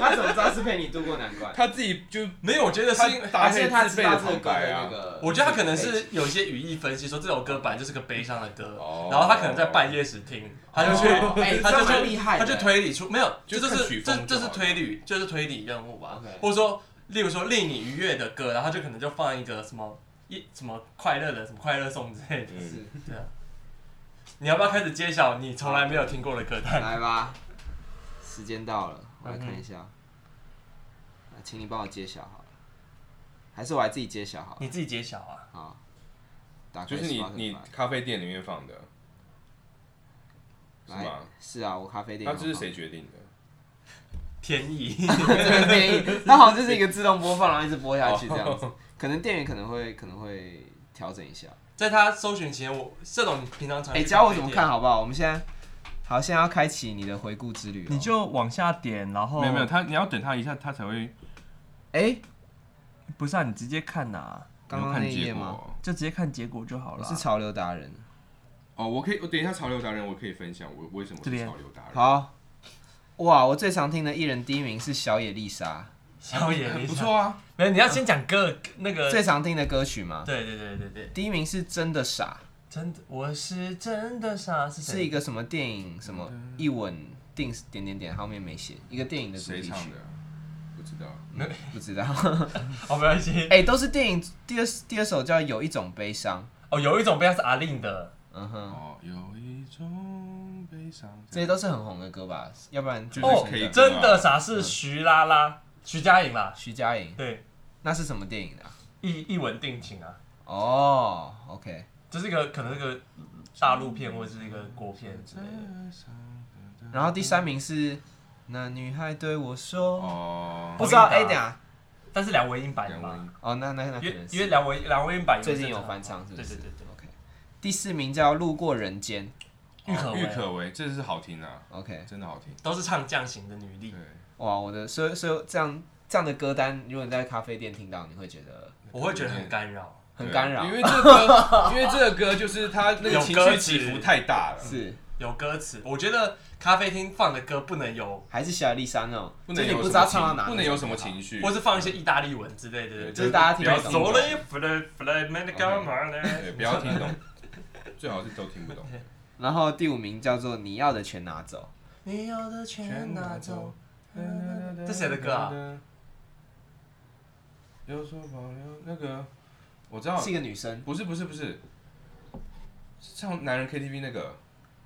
[SPEAKER 3] 他怎么知道是陪你度过难关？
[SPEAKER 2] 他自己就
[SPEAKER 1] 没有，我觉得是因为
[SPEAKER 2] 搭
[SPEAKER 3] 还
[SPEAKER 2] 配
[SPEAKER 3] 是他
[SPEAKER 2] 自
[SPEAKER 3] 知
[SPEAKER 2] 备的
[SPEAKER 3] 道这个
[SPEAKER 2] 旁
[SPEAKER 3] 歌
[SPEAKER 2] 白
[SPEAKER 3] 的那
[SPEAKER 2] 啊，
[SPEAKER 3] 个？
[SPEAKER 1] 我觉得他可能是有一些语义分析，说这首歌本来就是个悲伤的歌，
[SPEAKER 2] 哦
[SPEAKER 1] 然后他可能在半夜时听，他就去，
[SPEAKER 3] 哦哎
[SPEAKER 1] 他
[SPEAKER 3] 这
[SPEAKER 1] 就
[SPEAKER 3] 蛮厉
[SPEAKER 1] 去，
[SPEAKER 3] 害的
[SPEAKER 1] 他就推理出没有，这
[SPEAKER 2] 就
[SPEAKER 1] 就
[SPEAKER 2] 看
[SPEAKER 1] 是
[SPEAKER 2] 曲
[SPEAKER 1] 这
[SPEAKER 2] 风就
[SPEAKER 1] 这是
[SPEAKER 2] 好了
[SPEAKER 1] 推理，这是推理任务吧
[SPEAKER 3] OK，
[SPEAKER 1] 或者说，例如说令你愉悦的歌，然后他就可能就放一个什么一什么快乐的什么快乐颂之类的。
[SPEAKER 2] 嗯，
[SPEAKER 3] 是
[SPEAKER 1] 对啊，你要不要开始揭晓你从来没有听过的歌单？
[SPEAKER 3] 来吧，时间到了，我来看一下，啊请你帮我揭晓好了，还是我来自己揭晓好了？
[SPEAKER 1] 你自己揭晓啊！
[SPEAKER 3] 好，打开
[SPEAKER 2] 就是你
[SPEAKER 3] Spotify
[SPEAKER 2] 你咖啡店里面放的，是
[SPEAKER 3] 来
[SPEAKER 2] 吗？
[SPEAKER 3] 是啊，我咖啡店
[SPEAKER 2] 那
[SPEAKER 3] 有
[SPEAKER 2] 这
[SPEAKER 3] 放。
[SPEAKER 2] 是谁决定的？
[SPEAKER 1] 天意，
[SPEAKER 3] 这个建议，它好像就是一个自动播放，然后一直播下去这样子。可能店员可能会可能会调整一下。
[SPEAKER 1] 在他搜寻前，我这种你平常常
[SPEAKER 3] 哎、
[SPEAKER 1] 去
[SPEAKER 3] 教我
[SPEAKER 1] 咖啡
[SPEAKER 3] 怎么
[SPEAKER 1] 店
[SPEAKER 3] 看好不好？我们现在好，现在要开启你的回顾之旅、哦。
[SPEAKER 1] 你就往下点，然
[SPEAKER 3] 哦
[SPEAKER 1] 后
[SPEAKER 2] 没有没有，他你要等他一下，他才会
[SPEAKER 3] 哎，
[SPEAKER 1] 不是啊，你直接看呐、
[SPEAKER 3] 刚、
[SPEAKER 2] 有
[SPEAKER 3] 刚那
[SPEAKER 2] 看
[SPEAKER 3] 一
[SPEAKER 2] 结
[SPEAKER 3] 页
[SPEAKER 2] 果
[SPEAKER 3] 吗？
[SPEAKER 2] 哦。
[SPEAKER 1] 就直接看结果就好
[SPEAKER 3] 我
[SPEAKER 1] 了
[SPEAKER 3] 是潮流达人，
[SPEAKER 2] 哦，我可以，我等一下潮流达人，我可以分享我为什么
[SPEAKER 1] 这
[SPEAKER 2] 是
[SPEAKER 1] 边
[SPEAKER 2] 潮流达人。
[SPEAKER 3] 好，哇，我最常听的艺人第一名是小野丽莎，
[SPEAKER 1] 小野丽
[SPEAKER 2] 不
[SPEAKER 1] 莎，
[SPEAKER 2] 错啊，
[SPEAKER 1] 没有，你要先讲歌那个，
[SPEAKER 3] 最常听的歌曲嘛，
[SPEAKER 1] 对对对对对，
[SPEAKER 3] 第一名是真的傻，
[SPEAKER 1] 真的，我是真的傻，是
[SPEAKER 3] 是一
[SPEAKER 1] 谁？
[SPEAKER 3] 个什么电影什么一吻定点点点，后面没写一个电影的主
[SPEAKER 2] 谁
[SPEAKER 3] 题
[SPEAKER 2] 唱
[SPEAKER 3] 曲
[SPEAKER 2] 的，啊？不知道。
[SPEAKER 3] 不知道。
[SPEAKER 1] 哦，没关系。
[SPEAKER 3] 哎、都是电影第二第二首叫有一种悲伤，
[SPEAKER 1] 哦，有一种悲伤是阿令的，
[SPEAKER 3] 嗯哼，
[SPEAKER 2] 哦，有一种悲伤。
[SPEAKER 3] 这些都是很红的歌吧？要不然
[SPEAKER 2] 就是
[SPEAKER 1] 哦
[SPEAKER 2] 可以听啊，
[SPEAKER 1] 真的傻
[SPEAKER 3] 嗯
[SPEAKER 1] 是徐拉拉，徐佳莹啦，
[SPEAKER 3] 徐佳莹，
[SPEAKER 1] 对，
[SPEAKER 3] 那是什么电影的啊、
[SPEAKER 1] 一一吻定情啊，
[SPEAKER 3] 哦，OK，
[SPEAKER 1] 这是一个可能是个大陆片或者是一个国片之类的。
[SPEAKER 2] 嗯
[SPEAKER 3] 然后第三名是那女孩对我说，
[SPEAKER 2] 哦，
[SPEAKER 3] 不知道
[SPEAKER 1] 好
[SPEAKER 3] 哎、
[SPEAKER 1] 英
[SPEAKER 3] 等
[SPEAKER 1] 达
[SPEAKER 3] 一下，
[SPEAKER 1] 但是梁文音版
[SPEAKER 2] 梁文
[SPEAKER 1] 吧
[SPEAKER 2] 音，
[SPEAKER 3] 哦，那那那可
[SPEAKER 1] 因为
[SPEAKER 3] 能
[SPEAKER 1] 因为
[SPEAKER 3] 是
[SPEAKER 1] 梁文梁文音版
[SPEAKER 3] 最近有翻唱，是不
[SPEAKER 1] 对
[SPEAKER 3] 是？
[SPEAKER 1] 对对对，
[SPEAKER 3] ，OK。第四名叫《路过人间
[SPEAKER 1] 郁可
[SPEAKER 2] 哦郁
[SPEAKER 1] 唯
[SPEAKER 2] 可唯，这是好听啊，》
[SPEAKER 3] ，OK，
[SPEAKER 2] 真的好听。
[SPEAKER 1] 都是唱将型的女
[SPEAKER 2] 对
[SPEAKER 3] 嗯
[SPEAKER 1] 力，，
[SPEAKER 3] 哇，我的所以所以这样这样的歌单，如果你在咖啡店听到，你会觉得
[SPEAKER 1] 我会觉得很干扰。
[SPEAKER 3] 很
[SPEAKER 2] 对
[SPEAKER 3] 干扰
[SPEAKER 2] 因，为这 歌，因为这个歌就是它那个
[SPEAKER 1] 有
[SPEAKER 2] 情
[SPEAKER 1] 歌
[SPEAKER 2] 绪起
[SPEAKER 1] 词
[SPEAKER 2] 伏太大了。
[SPEAKER 3] 是
[SPEAKER 1] 有歌词，我觉得咖啡厅放的歌不能有，
[SPEAKER 3] 还是小丽莎那种，
[SPEAKER 2] 不能
[SPEAKER 3] 就是
[SPEAKER 2] 有
[SPEAKER 3] 你不知
[SPEAKER 2] 什么
[SPEAKER 3] 道唱到
[SPEAKER 2] 情
[SPEAKER 3] 哪，
[SPEAKER 2] 不能有什么情绪，
[SPEAKER 1] 或是放一些意大利文之类的，
[SPEAKER 2] 对
[SPEAKER 3] 这是大家听
[SPEAKER 2] 不要
[SPEAKER 3] 得
[SPEAKER 2] 听
[SPEAKER 3] 懂
[SPEAKER 1] 走
[SPEAKER 2] 懂
[SPEAKER 1] 了，也不来不来，没得干嘛呢？
[SPEAKER 2] 对，不要听懂， 最好是都听不懂。
[SPEAKER 3] 然后第五名叫做你要的全拿走，
[SPEAKER 1] 你要的全拿走。这
[SPEAKER 2] 这
[SPEAKER 1] 谁的歌啊？
[SPEAKER 2] 有所保留，那个我
[SPEAKER 1] 哦
[SPEAKER 2] 知道
[SPEAKER 3] 是，一个女生，
[SPEAKER 2] 不是不是不是，是唱男人 KTV 那个，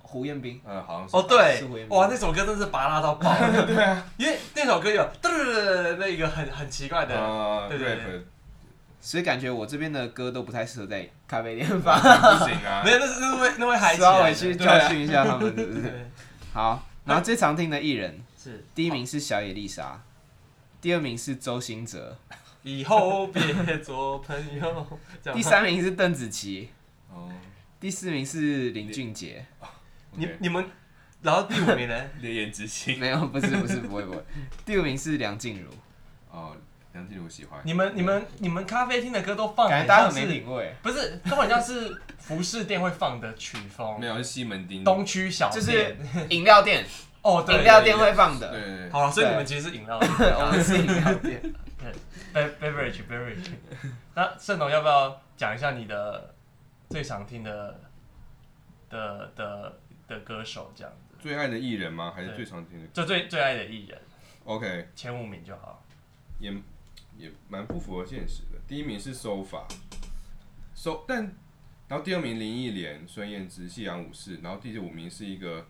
[SPEAKER 3] 胡彦斌，
[SPEAKER 2] 呃，好像是
[SPEAKER 1] 哦，对
[SPEAKER 3] 是回，
[SPEAKER 1] 哇，那首歌真是拔拉到爆，
[SPEAKER 2] 对啊，
[SPEAKER 1] 因为那首歌有嘚儿那一个很很奇怪的，
[SPEAKER 2] 呃
[SPEAKER 1] 对对对
[SPEAKER 2] ，rap
[SPEAKER 3] 所以感觉我这边的歌都不太适合在咖啡店放，
[SPEAKER 2] 不行啊
[SPEAKER 1] 没，有，那是那会那会 嗨起
[SPEAKER 3] 稍
[SPEAKER 1] 来
[SPEAKER 3] 微去
[SPEAKER 1] 的。
[SPEAKER 3] 教训一下他们，是不是？
[SPEAKER 1] 对，啊
[SPEAKER 3] 好，然后最常听的艺人，
[SPEAKER 1] 是
[SPEAKER 3] 第一名是小野丽莎，第二名是周兴哲，
[SPEAKER 1] 以后别做朋友。这样吗
[SPEAKER 3] 第，三名是邓紫棋，
[SPEAKER 2] 哦，
[SPEAKER 3] 第四名是林俊 杰，
[SPEAKER 1] 你
[SPEAKER 2] OK
[SPEAKER 1] 你们，然后第五名呢？
[SPEAKER 2] 烈焰之心，
[SPEAKER 3] 没有，不是不是不会不会，第五名是梁静茹，
[SPEAKER 2] 哦，梁静茹喜欢，
[SPEAKER 1] 你们你们你们咖啡厅的歌都放，
[SPEAKER 3] 感觉大家很
[SPEAKER 1] 哦像
[SPEAKER 3] 没
[SPEAKER 1] 是
[SPEAKER 3] 品味，
[SPEAKER 1] 不是都很像是服饰店会放的曲风
[SPEAKER 2] 没，有是西门町，
[SPEAKER 1] 东区小店
[SPEAKER 3] 就是饮料店，
[SPEAKER 1] 哦，对
[SPEAKER 3] 饮料店会放
[SPEAKER 2] 对
[SPEAKER 3] 的，
[SPEAKER 2] 对对，
[SPEAKER 1] 好了，所以
[SPEAKER 3] 对
[SPEAKER 1] 你们其实是饮料
[SPEAKER 3] 我们是饮料店。
[SPEAKER 1] Be- beverage beverage。那盛龙要不要讲一下你的最常听的的的的歌手这样子？
[SPEAKER 2] 最爱的艺人吗？还是
[SPEAKER 1] 对
[SPEAKER 2] 最常听的
[SPEAKER 1] 就最最爱的艺人
[SPEAKER 2] ？OK，
[SPEAKER 1] 前五名就好。
[SPEAKER 2] 也也蛮不符合现实的。第一名是 SOFA，so, 但然后第二名林忆莲、孙燕姿、夕阳武士，然后第五名是一个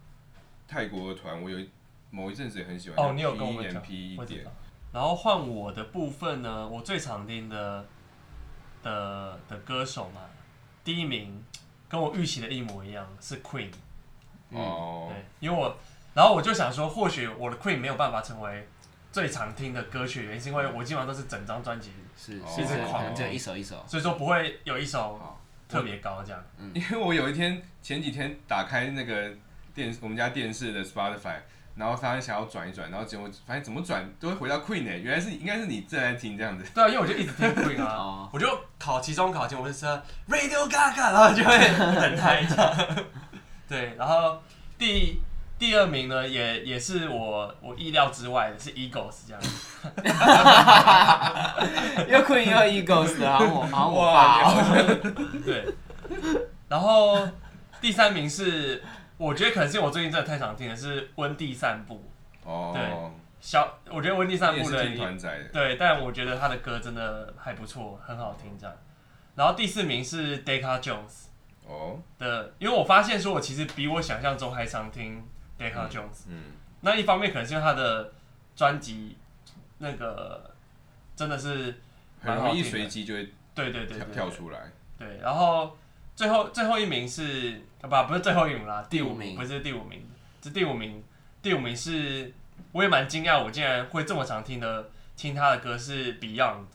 [SPEAKER 2] 泰国的团，我有一某一阵子也很喜欢。
[SPEAKER 1] 哦，你有跟我们
[SPEAKER 2] 点
[SPEAKER 1] 讲
[SPEAKER 2] P 一，
[SPEAKER 1] 我知
[SPEAKER 2] 点
[SPEAKER 1] 道。然后换我的部分呢，我最常听的的的歌手嘛，第一名跟我预期的一模一样，是 Queen。
[SPEAKER 2] 哦，
[SPEAKER 1] 对，因为我，然后我就想说，或许我的 Queen 没有办法成为最常听的歌曲，原因是因为我基本上都是整张专辑，
[SPEAKER 3] 是
[SPEAKER 2] 哦
[SPEAKER 3] 是，
[SPEAKER 1] 是
[SPEAKER 3] 所以可
[SPEAKER 1] 狂
[SPEAKER 3] 能只有
[SPEAKER 2] 哦
[SPEAKER 3] 一首一首。
[SPEAKER 1] 所以说不会有一首
[SPEAKER 2] 好
[SPEAKER 1] 特别高这样。
[SPEAKER 2] 因为我有一天前几天打开那个电我们家电视的 Spotify。然后他想要转一转，然后结果发现怎么转都会回到 Queen 哎、原来是你应该是你正在听这样子，
[SPEAKER 1] 对啊，因为我就一 直听 Queen 啊
[SPEAKER 3] 哦，
[SPEAKER 1] 我就考期中考前我就说 Radio Gaga，然后就会很嗨这样。对，然后第第二名呢，也也是我我意料之外的，是 Eagles 这样。
[SPEAKER 3] 又 Queen 又 Eagles 的，然后我，然后我
[SPEAKER 2] 哇
[SPEAKER 3] 爸哦，
[SPEAKER 1] 对，然后第三名是我觉得可能是我最近真的太常听的是温蒂散步。
[SPEAKER 2] 哦，
[SPEAKER 1] 小，我觉得温蒂散
[SPEAKER 2] 你也
[SPEAKER 1] 步
[SPEAKER 2] 是
[SPEAKER 1] 的
[SPEAKER 2] 听团仔的，
[SPEAKER 1] 对，但我觉得他的歌真的还不错，很好听这样。然后第四名是 Decca Jones
[SPEAKER 2] 哦，
[SPEAKER 1] 的，因为我发现说我其实比我想象中还常听 Decca Jones、
[SPEAKER 2] 嗯，
[SPEAKER 1] 那一方面可能是因为他的专辑那个真的是
[SPEAKER 2] 很
[SPEAKER 1] 蛮
[SPEAKER 2] 容
[SPEAKER 1] 好
[SPEAKER 2] 易
[SPEAKER 1] 听
[SPEAKER 2] 随
[SPEAKER 1] 的，
[SPEAKER 2] 机就会
[SPEAKER 1] 对对对
[SPEAKER 2] 跳
[SPEAKER 1] 对
[SPEAKER 2] 跳出来。
[SPEAKER 1] 对，然后最后最后一名是啊不不是最后一名啦，第五
[SPEAKER 3] 第五
[SPEAKER 1] 名
[SPEAKER 3] 名
[SPEAKER 1] 不是第五名，是第五名，第五名是我也蛮惊讶，我竟然会这么常听的听他的歌是 Beyond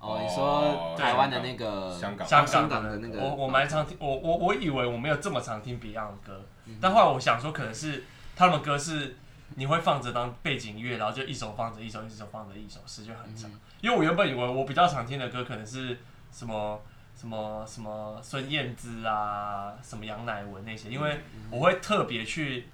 [SPEAKER 3] 哦，你说台湾的那个
[SPEAKER 2] 香港
[SPEAKER 1] 香
[SPEAKER 3] 香
[SPEAKER 1] 港
[SPEAKER 3] 的那个，
[SPEAKER 1] 我我蛮常听，我我我以为我没有这么常听 Beyond 的歌，但后来我想说可能是他们歌是。你会放着当背景音乐，然后就一首放着一首，一首放着一首，时间很长。因为我原本以为我比较常听的歌可能是什么什么什么孙燕姿啊，什么杨乃文那些，因为我会特别去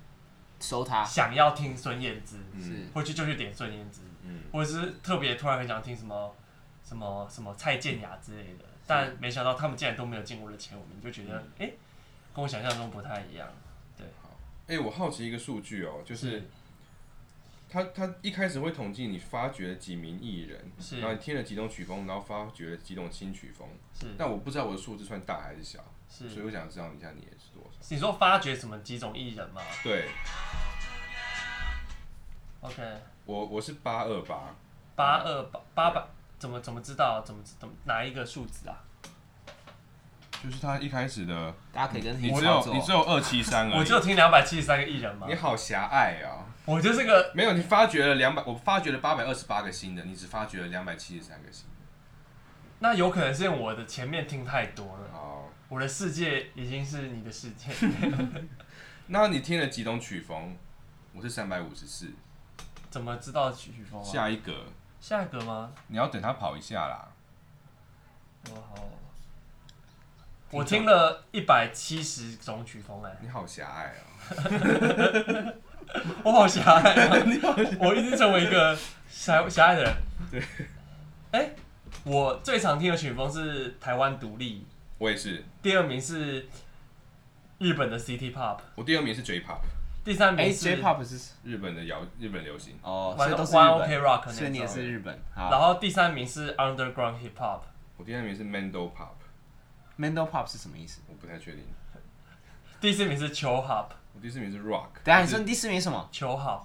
[SPEAKER 3] 收他
[SPEAKER 1] 想要听孙燕姿，
[SPEAKER 3] 是
[SPEAKER 1] 会去就去点孙燕姿，
[SPEAKER 2] 嗯
[SPEAKER 1] 或者是特别突然很想听什么什么什么蔡健雅之类的，但没想到他们竟然都没有进我的前五名，就觉得
[SPEAKER 2] 嗯
[SPEAKER 1] 哎、诶跟我想象中不太一样。
[SPEAKER 2] 哎、我好奇一个数据哦，就是
[SPEAKER 1] 是
[SPEAKER 2] 他他一开始会统计你发掘了几名艺人，
[SPEAKER 1] 是
[SPEAKER 2] 然后你听了几种曲风，然后发掘了几种新曲风，
[SPEAKER 1] 是
[SPEAKER 2] 但我不知道我的数字算大还是小，
[SPEAKER 1] 是，
[SPEAKER 2] 所以我想知道一下你也是多少。
[SPEAKER 1] 你说发掘什么几种艺人吗
[SPEAKER 2] 对
[SPEAKER 1] ？OK，
[SPEAKER 2] 我我是八二八，
[SPEAKER 1] 八二八八百，怎么怎么知道？怎么怎么哪一个数字啊？
[SPEAKER 2] 就是他一开始的，
[SPEAKER 3] 大家可以跟
[SPEAKER 2] 你
[SPEAKER 3] 黑
[SPEAKER 2] 只
[SPEAKER 3] 操
[SPEAKER 2] 有
[SPEAKER 3] 作
[SPEAKER 2] 你只有二七三 而
[SPEAKER 1] 我
[SPEAKER 2] 已，
[SPEAKER 1] 就听两百七十三个艺人嘛
[SPEAKER 2] 你，好狭隘啊、
[SPEAKER 1] 我就是个
[SPEAKER 2] 没有，你发掘了两百，我发掘了八百二十八个新的，你只发掘了两百七十三个新的。
[SPEAKER 1] 那有可能是因为我的前面听太多
[SPEAKER 3] 嗯
[SPEAKER 1] 了，
[SPEAKER 2] 哦，
[SPEAKER 1] 我的世界已经是你的世 界。
[SPEAKER 2] 那你听了几种曲风？我是三百五十四，
[SPEAKER 1] 怎么知道曲风啊？
[SPEAKER 2] 下一格
[SPEAKER 1] 下一个吗？
[SPEAKER 2] 你要等他跑一下啦。
[SPEAKER 1] 我好，我听了一百七十种曲风哎、
[SPEAKER 2] 你好狭隘哦、
[SPEAKER 1] 我好狭隘、啊，我一直成为一个狭狭隘的人。对，哎、我最常听的曲风是台湾独立，
[SPEAKER 2] 我也是，
[SPEAKER 1] 第二名是日本的 City Pop，
[SPEAKER 2] 我第二名是 J-pop，
[SPEAKER 1] 第三
[SPEAKER 3] 哎
[SPEAKER 1] 名是
[SPEAKER 3] ，J-pop 是
[SPEAKER 2] 日本的摇日本流行。
[SPEAKER 3] 哦，所
[SPEAKER 1] One
[SPEAKER 3] 以都是
[SPEAKER 1] One OK
[SPEAKER 3] 日
[SPEAKER 1] Rock
[SPEAKER 3] 本，所以你
[SPEAKER 1] 那
[SPEAKER 3] 也
[SPEAKER 1] 种，
[SPEAKER 3] 是日本。
[SPEAKER 1] 然
[SPEAKER 3] 好
[SPEAKER 1] 后第三名是 Underground Hip Hop，
[SPEAKER 2] 我第二名是 Mando Pop，
[SPEAKER 3] ，Mandel Pop 是什么意思？
[SPEAKER 2] 我不太确定。
[SPEAKER 1] 第四名是球 Hop，
[SPEAKER 2] 我第四名是 Rock，
[SPEAKER 3] 等一下你说你第四名是什么？
[SPEAKER 1] 球 Hop，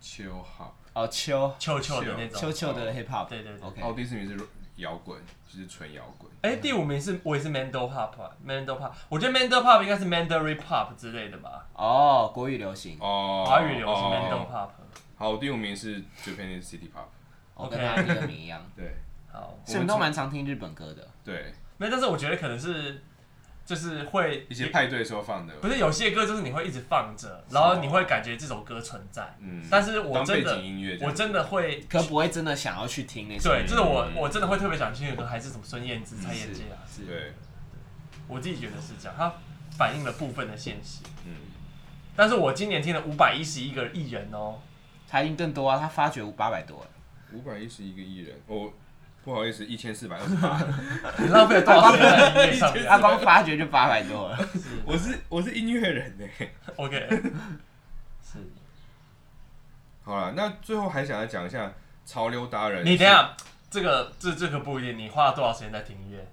[SPEAKER 2] 秋 Hop，
[SPEAKER 3] 哦，秋
[SPEAKER 1] 球球的那
[SPEAKER 3] 秋
[SPEAKER 1] 种。
[SPEAKER 3] 秋的 Hip Hop，
[SPEAKER 1] 哦对对哦对
[SPEAKER 2] 然后
[SPEAKER 3] OK，
[SPEAKER 2] 哦我第四名是摇滚，就是纯摇滚。
[SPEAKER 1] 哎、第五名是我也是 Mandel Hop 啊，Mandel Pop，我觉得 Mandel Pop 应该是 Mandarin Pop 之类的吧，
[SPEAKER 3] 哦，国语流行，
[SPEAKER 2] 哦，
[SPEAKER 1] 华语流行 Mandel
[SPEAKER 2] 哦
[SPEAKER 1] Pop。
[SPEAKER 2] 好，我第五名是 Japanese City Pop。
[SPEAKER 3] 我
[SPEAKER 1] OK
[SPEAKER 3] 跟他第二名 一样，
[SPEAKER 2] 对
[SPEAKER 1] 好，
[SPEAKER 3] 所以我
[SPEAKER 2] 我们
[SPEAKER 3] 们都蛮常听日本歌的。
[SPEAKER 2] 对，
[SPEAKER 1] 没，但是我觉得可能是就是会
[SPEAKER 2] 一些派对的时候放的。
[SPEAKER 1] 不是有些歌就是你会一直放着，然后你会感觉这首歌存在，
[SPEAKER 2] 嗯
[SPEAKER 1] 但是我
[SPEAKER 2] 当
[SPEAKER 1] 真
[SPEAKER 2] 背
[SPEAKER 1] 的
[SPEAKER 2] 景音乐这样，
[SPEAKER 1] 我真的会
[SPEAKER 3] 可不会真的想要去听那些
[SPEAKER 1] 对，
[SPEAKER 3] 音
[SPEAKER 1] 就是我我真的会特别想听的歌，还是什么孙燕姿、
[SPEAKER 3] 乐
[SPEAKER 1] 蔡燕姿
[SPEAKER 2] 嗯
[SPEAKER 1] 啊，
[SPEAKER 3] 是是
[SPEAKER 2] 对，
[SPEAKER 1] 我自己觉得是这样，它反映了部分的现实。
[SPEAKER 2] 嗯，
[SPEAKER 1] 但是我今年听了五百一十一个艺人哦，
[SPEAKER 3] 他一定更多啊，他发掘八百多，
[SPEAKER 2] 五百一十一个艺人，哦，不好意思，一千四百二十八。
[SPEAKER 1] 你浪费了多少时间在音乐上面 啊
[SPEAKER 3] 他光发掘就八百 多了。
[SPEAKER 2] 我是我是音乐人呢。
[SPEAKER 1] ？OK，是
[SPEAKER 2] 好了，那最后还想来讲一下潮流达人。
[SPEAKER 1] 你等一下这个这这个不一定，你花了多少时间在听音乐？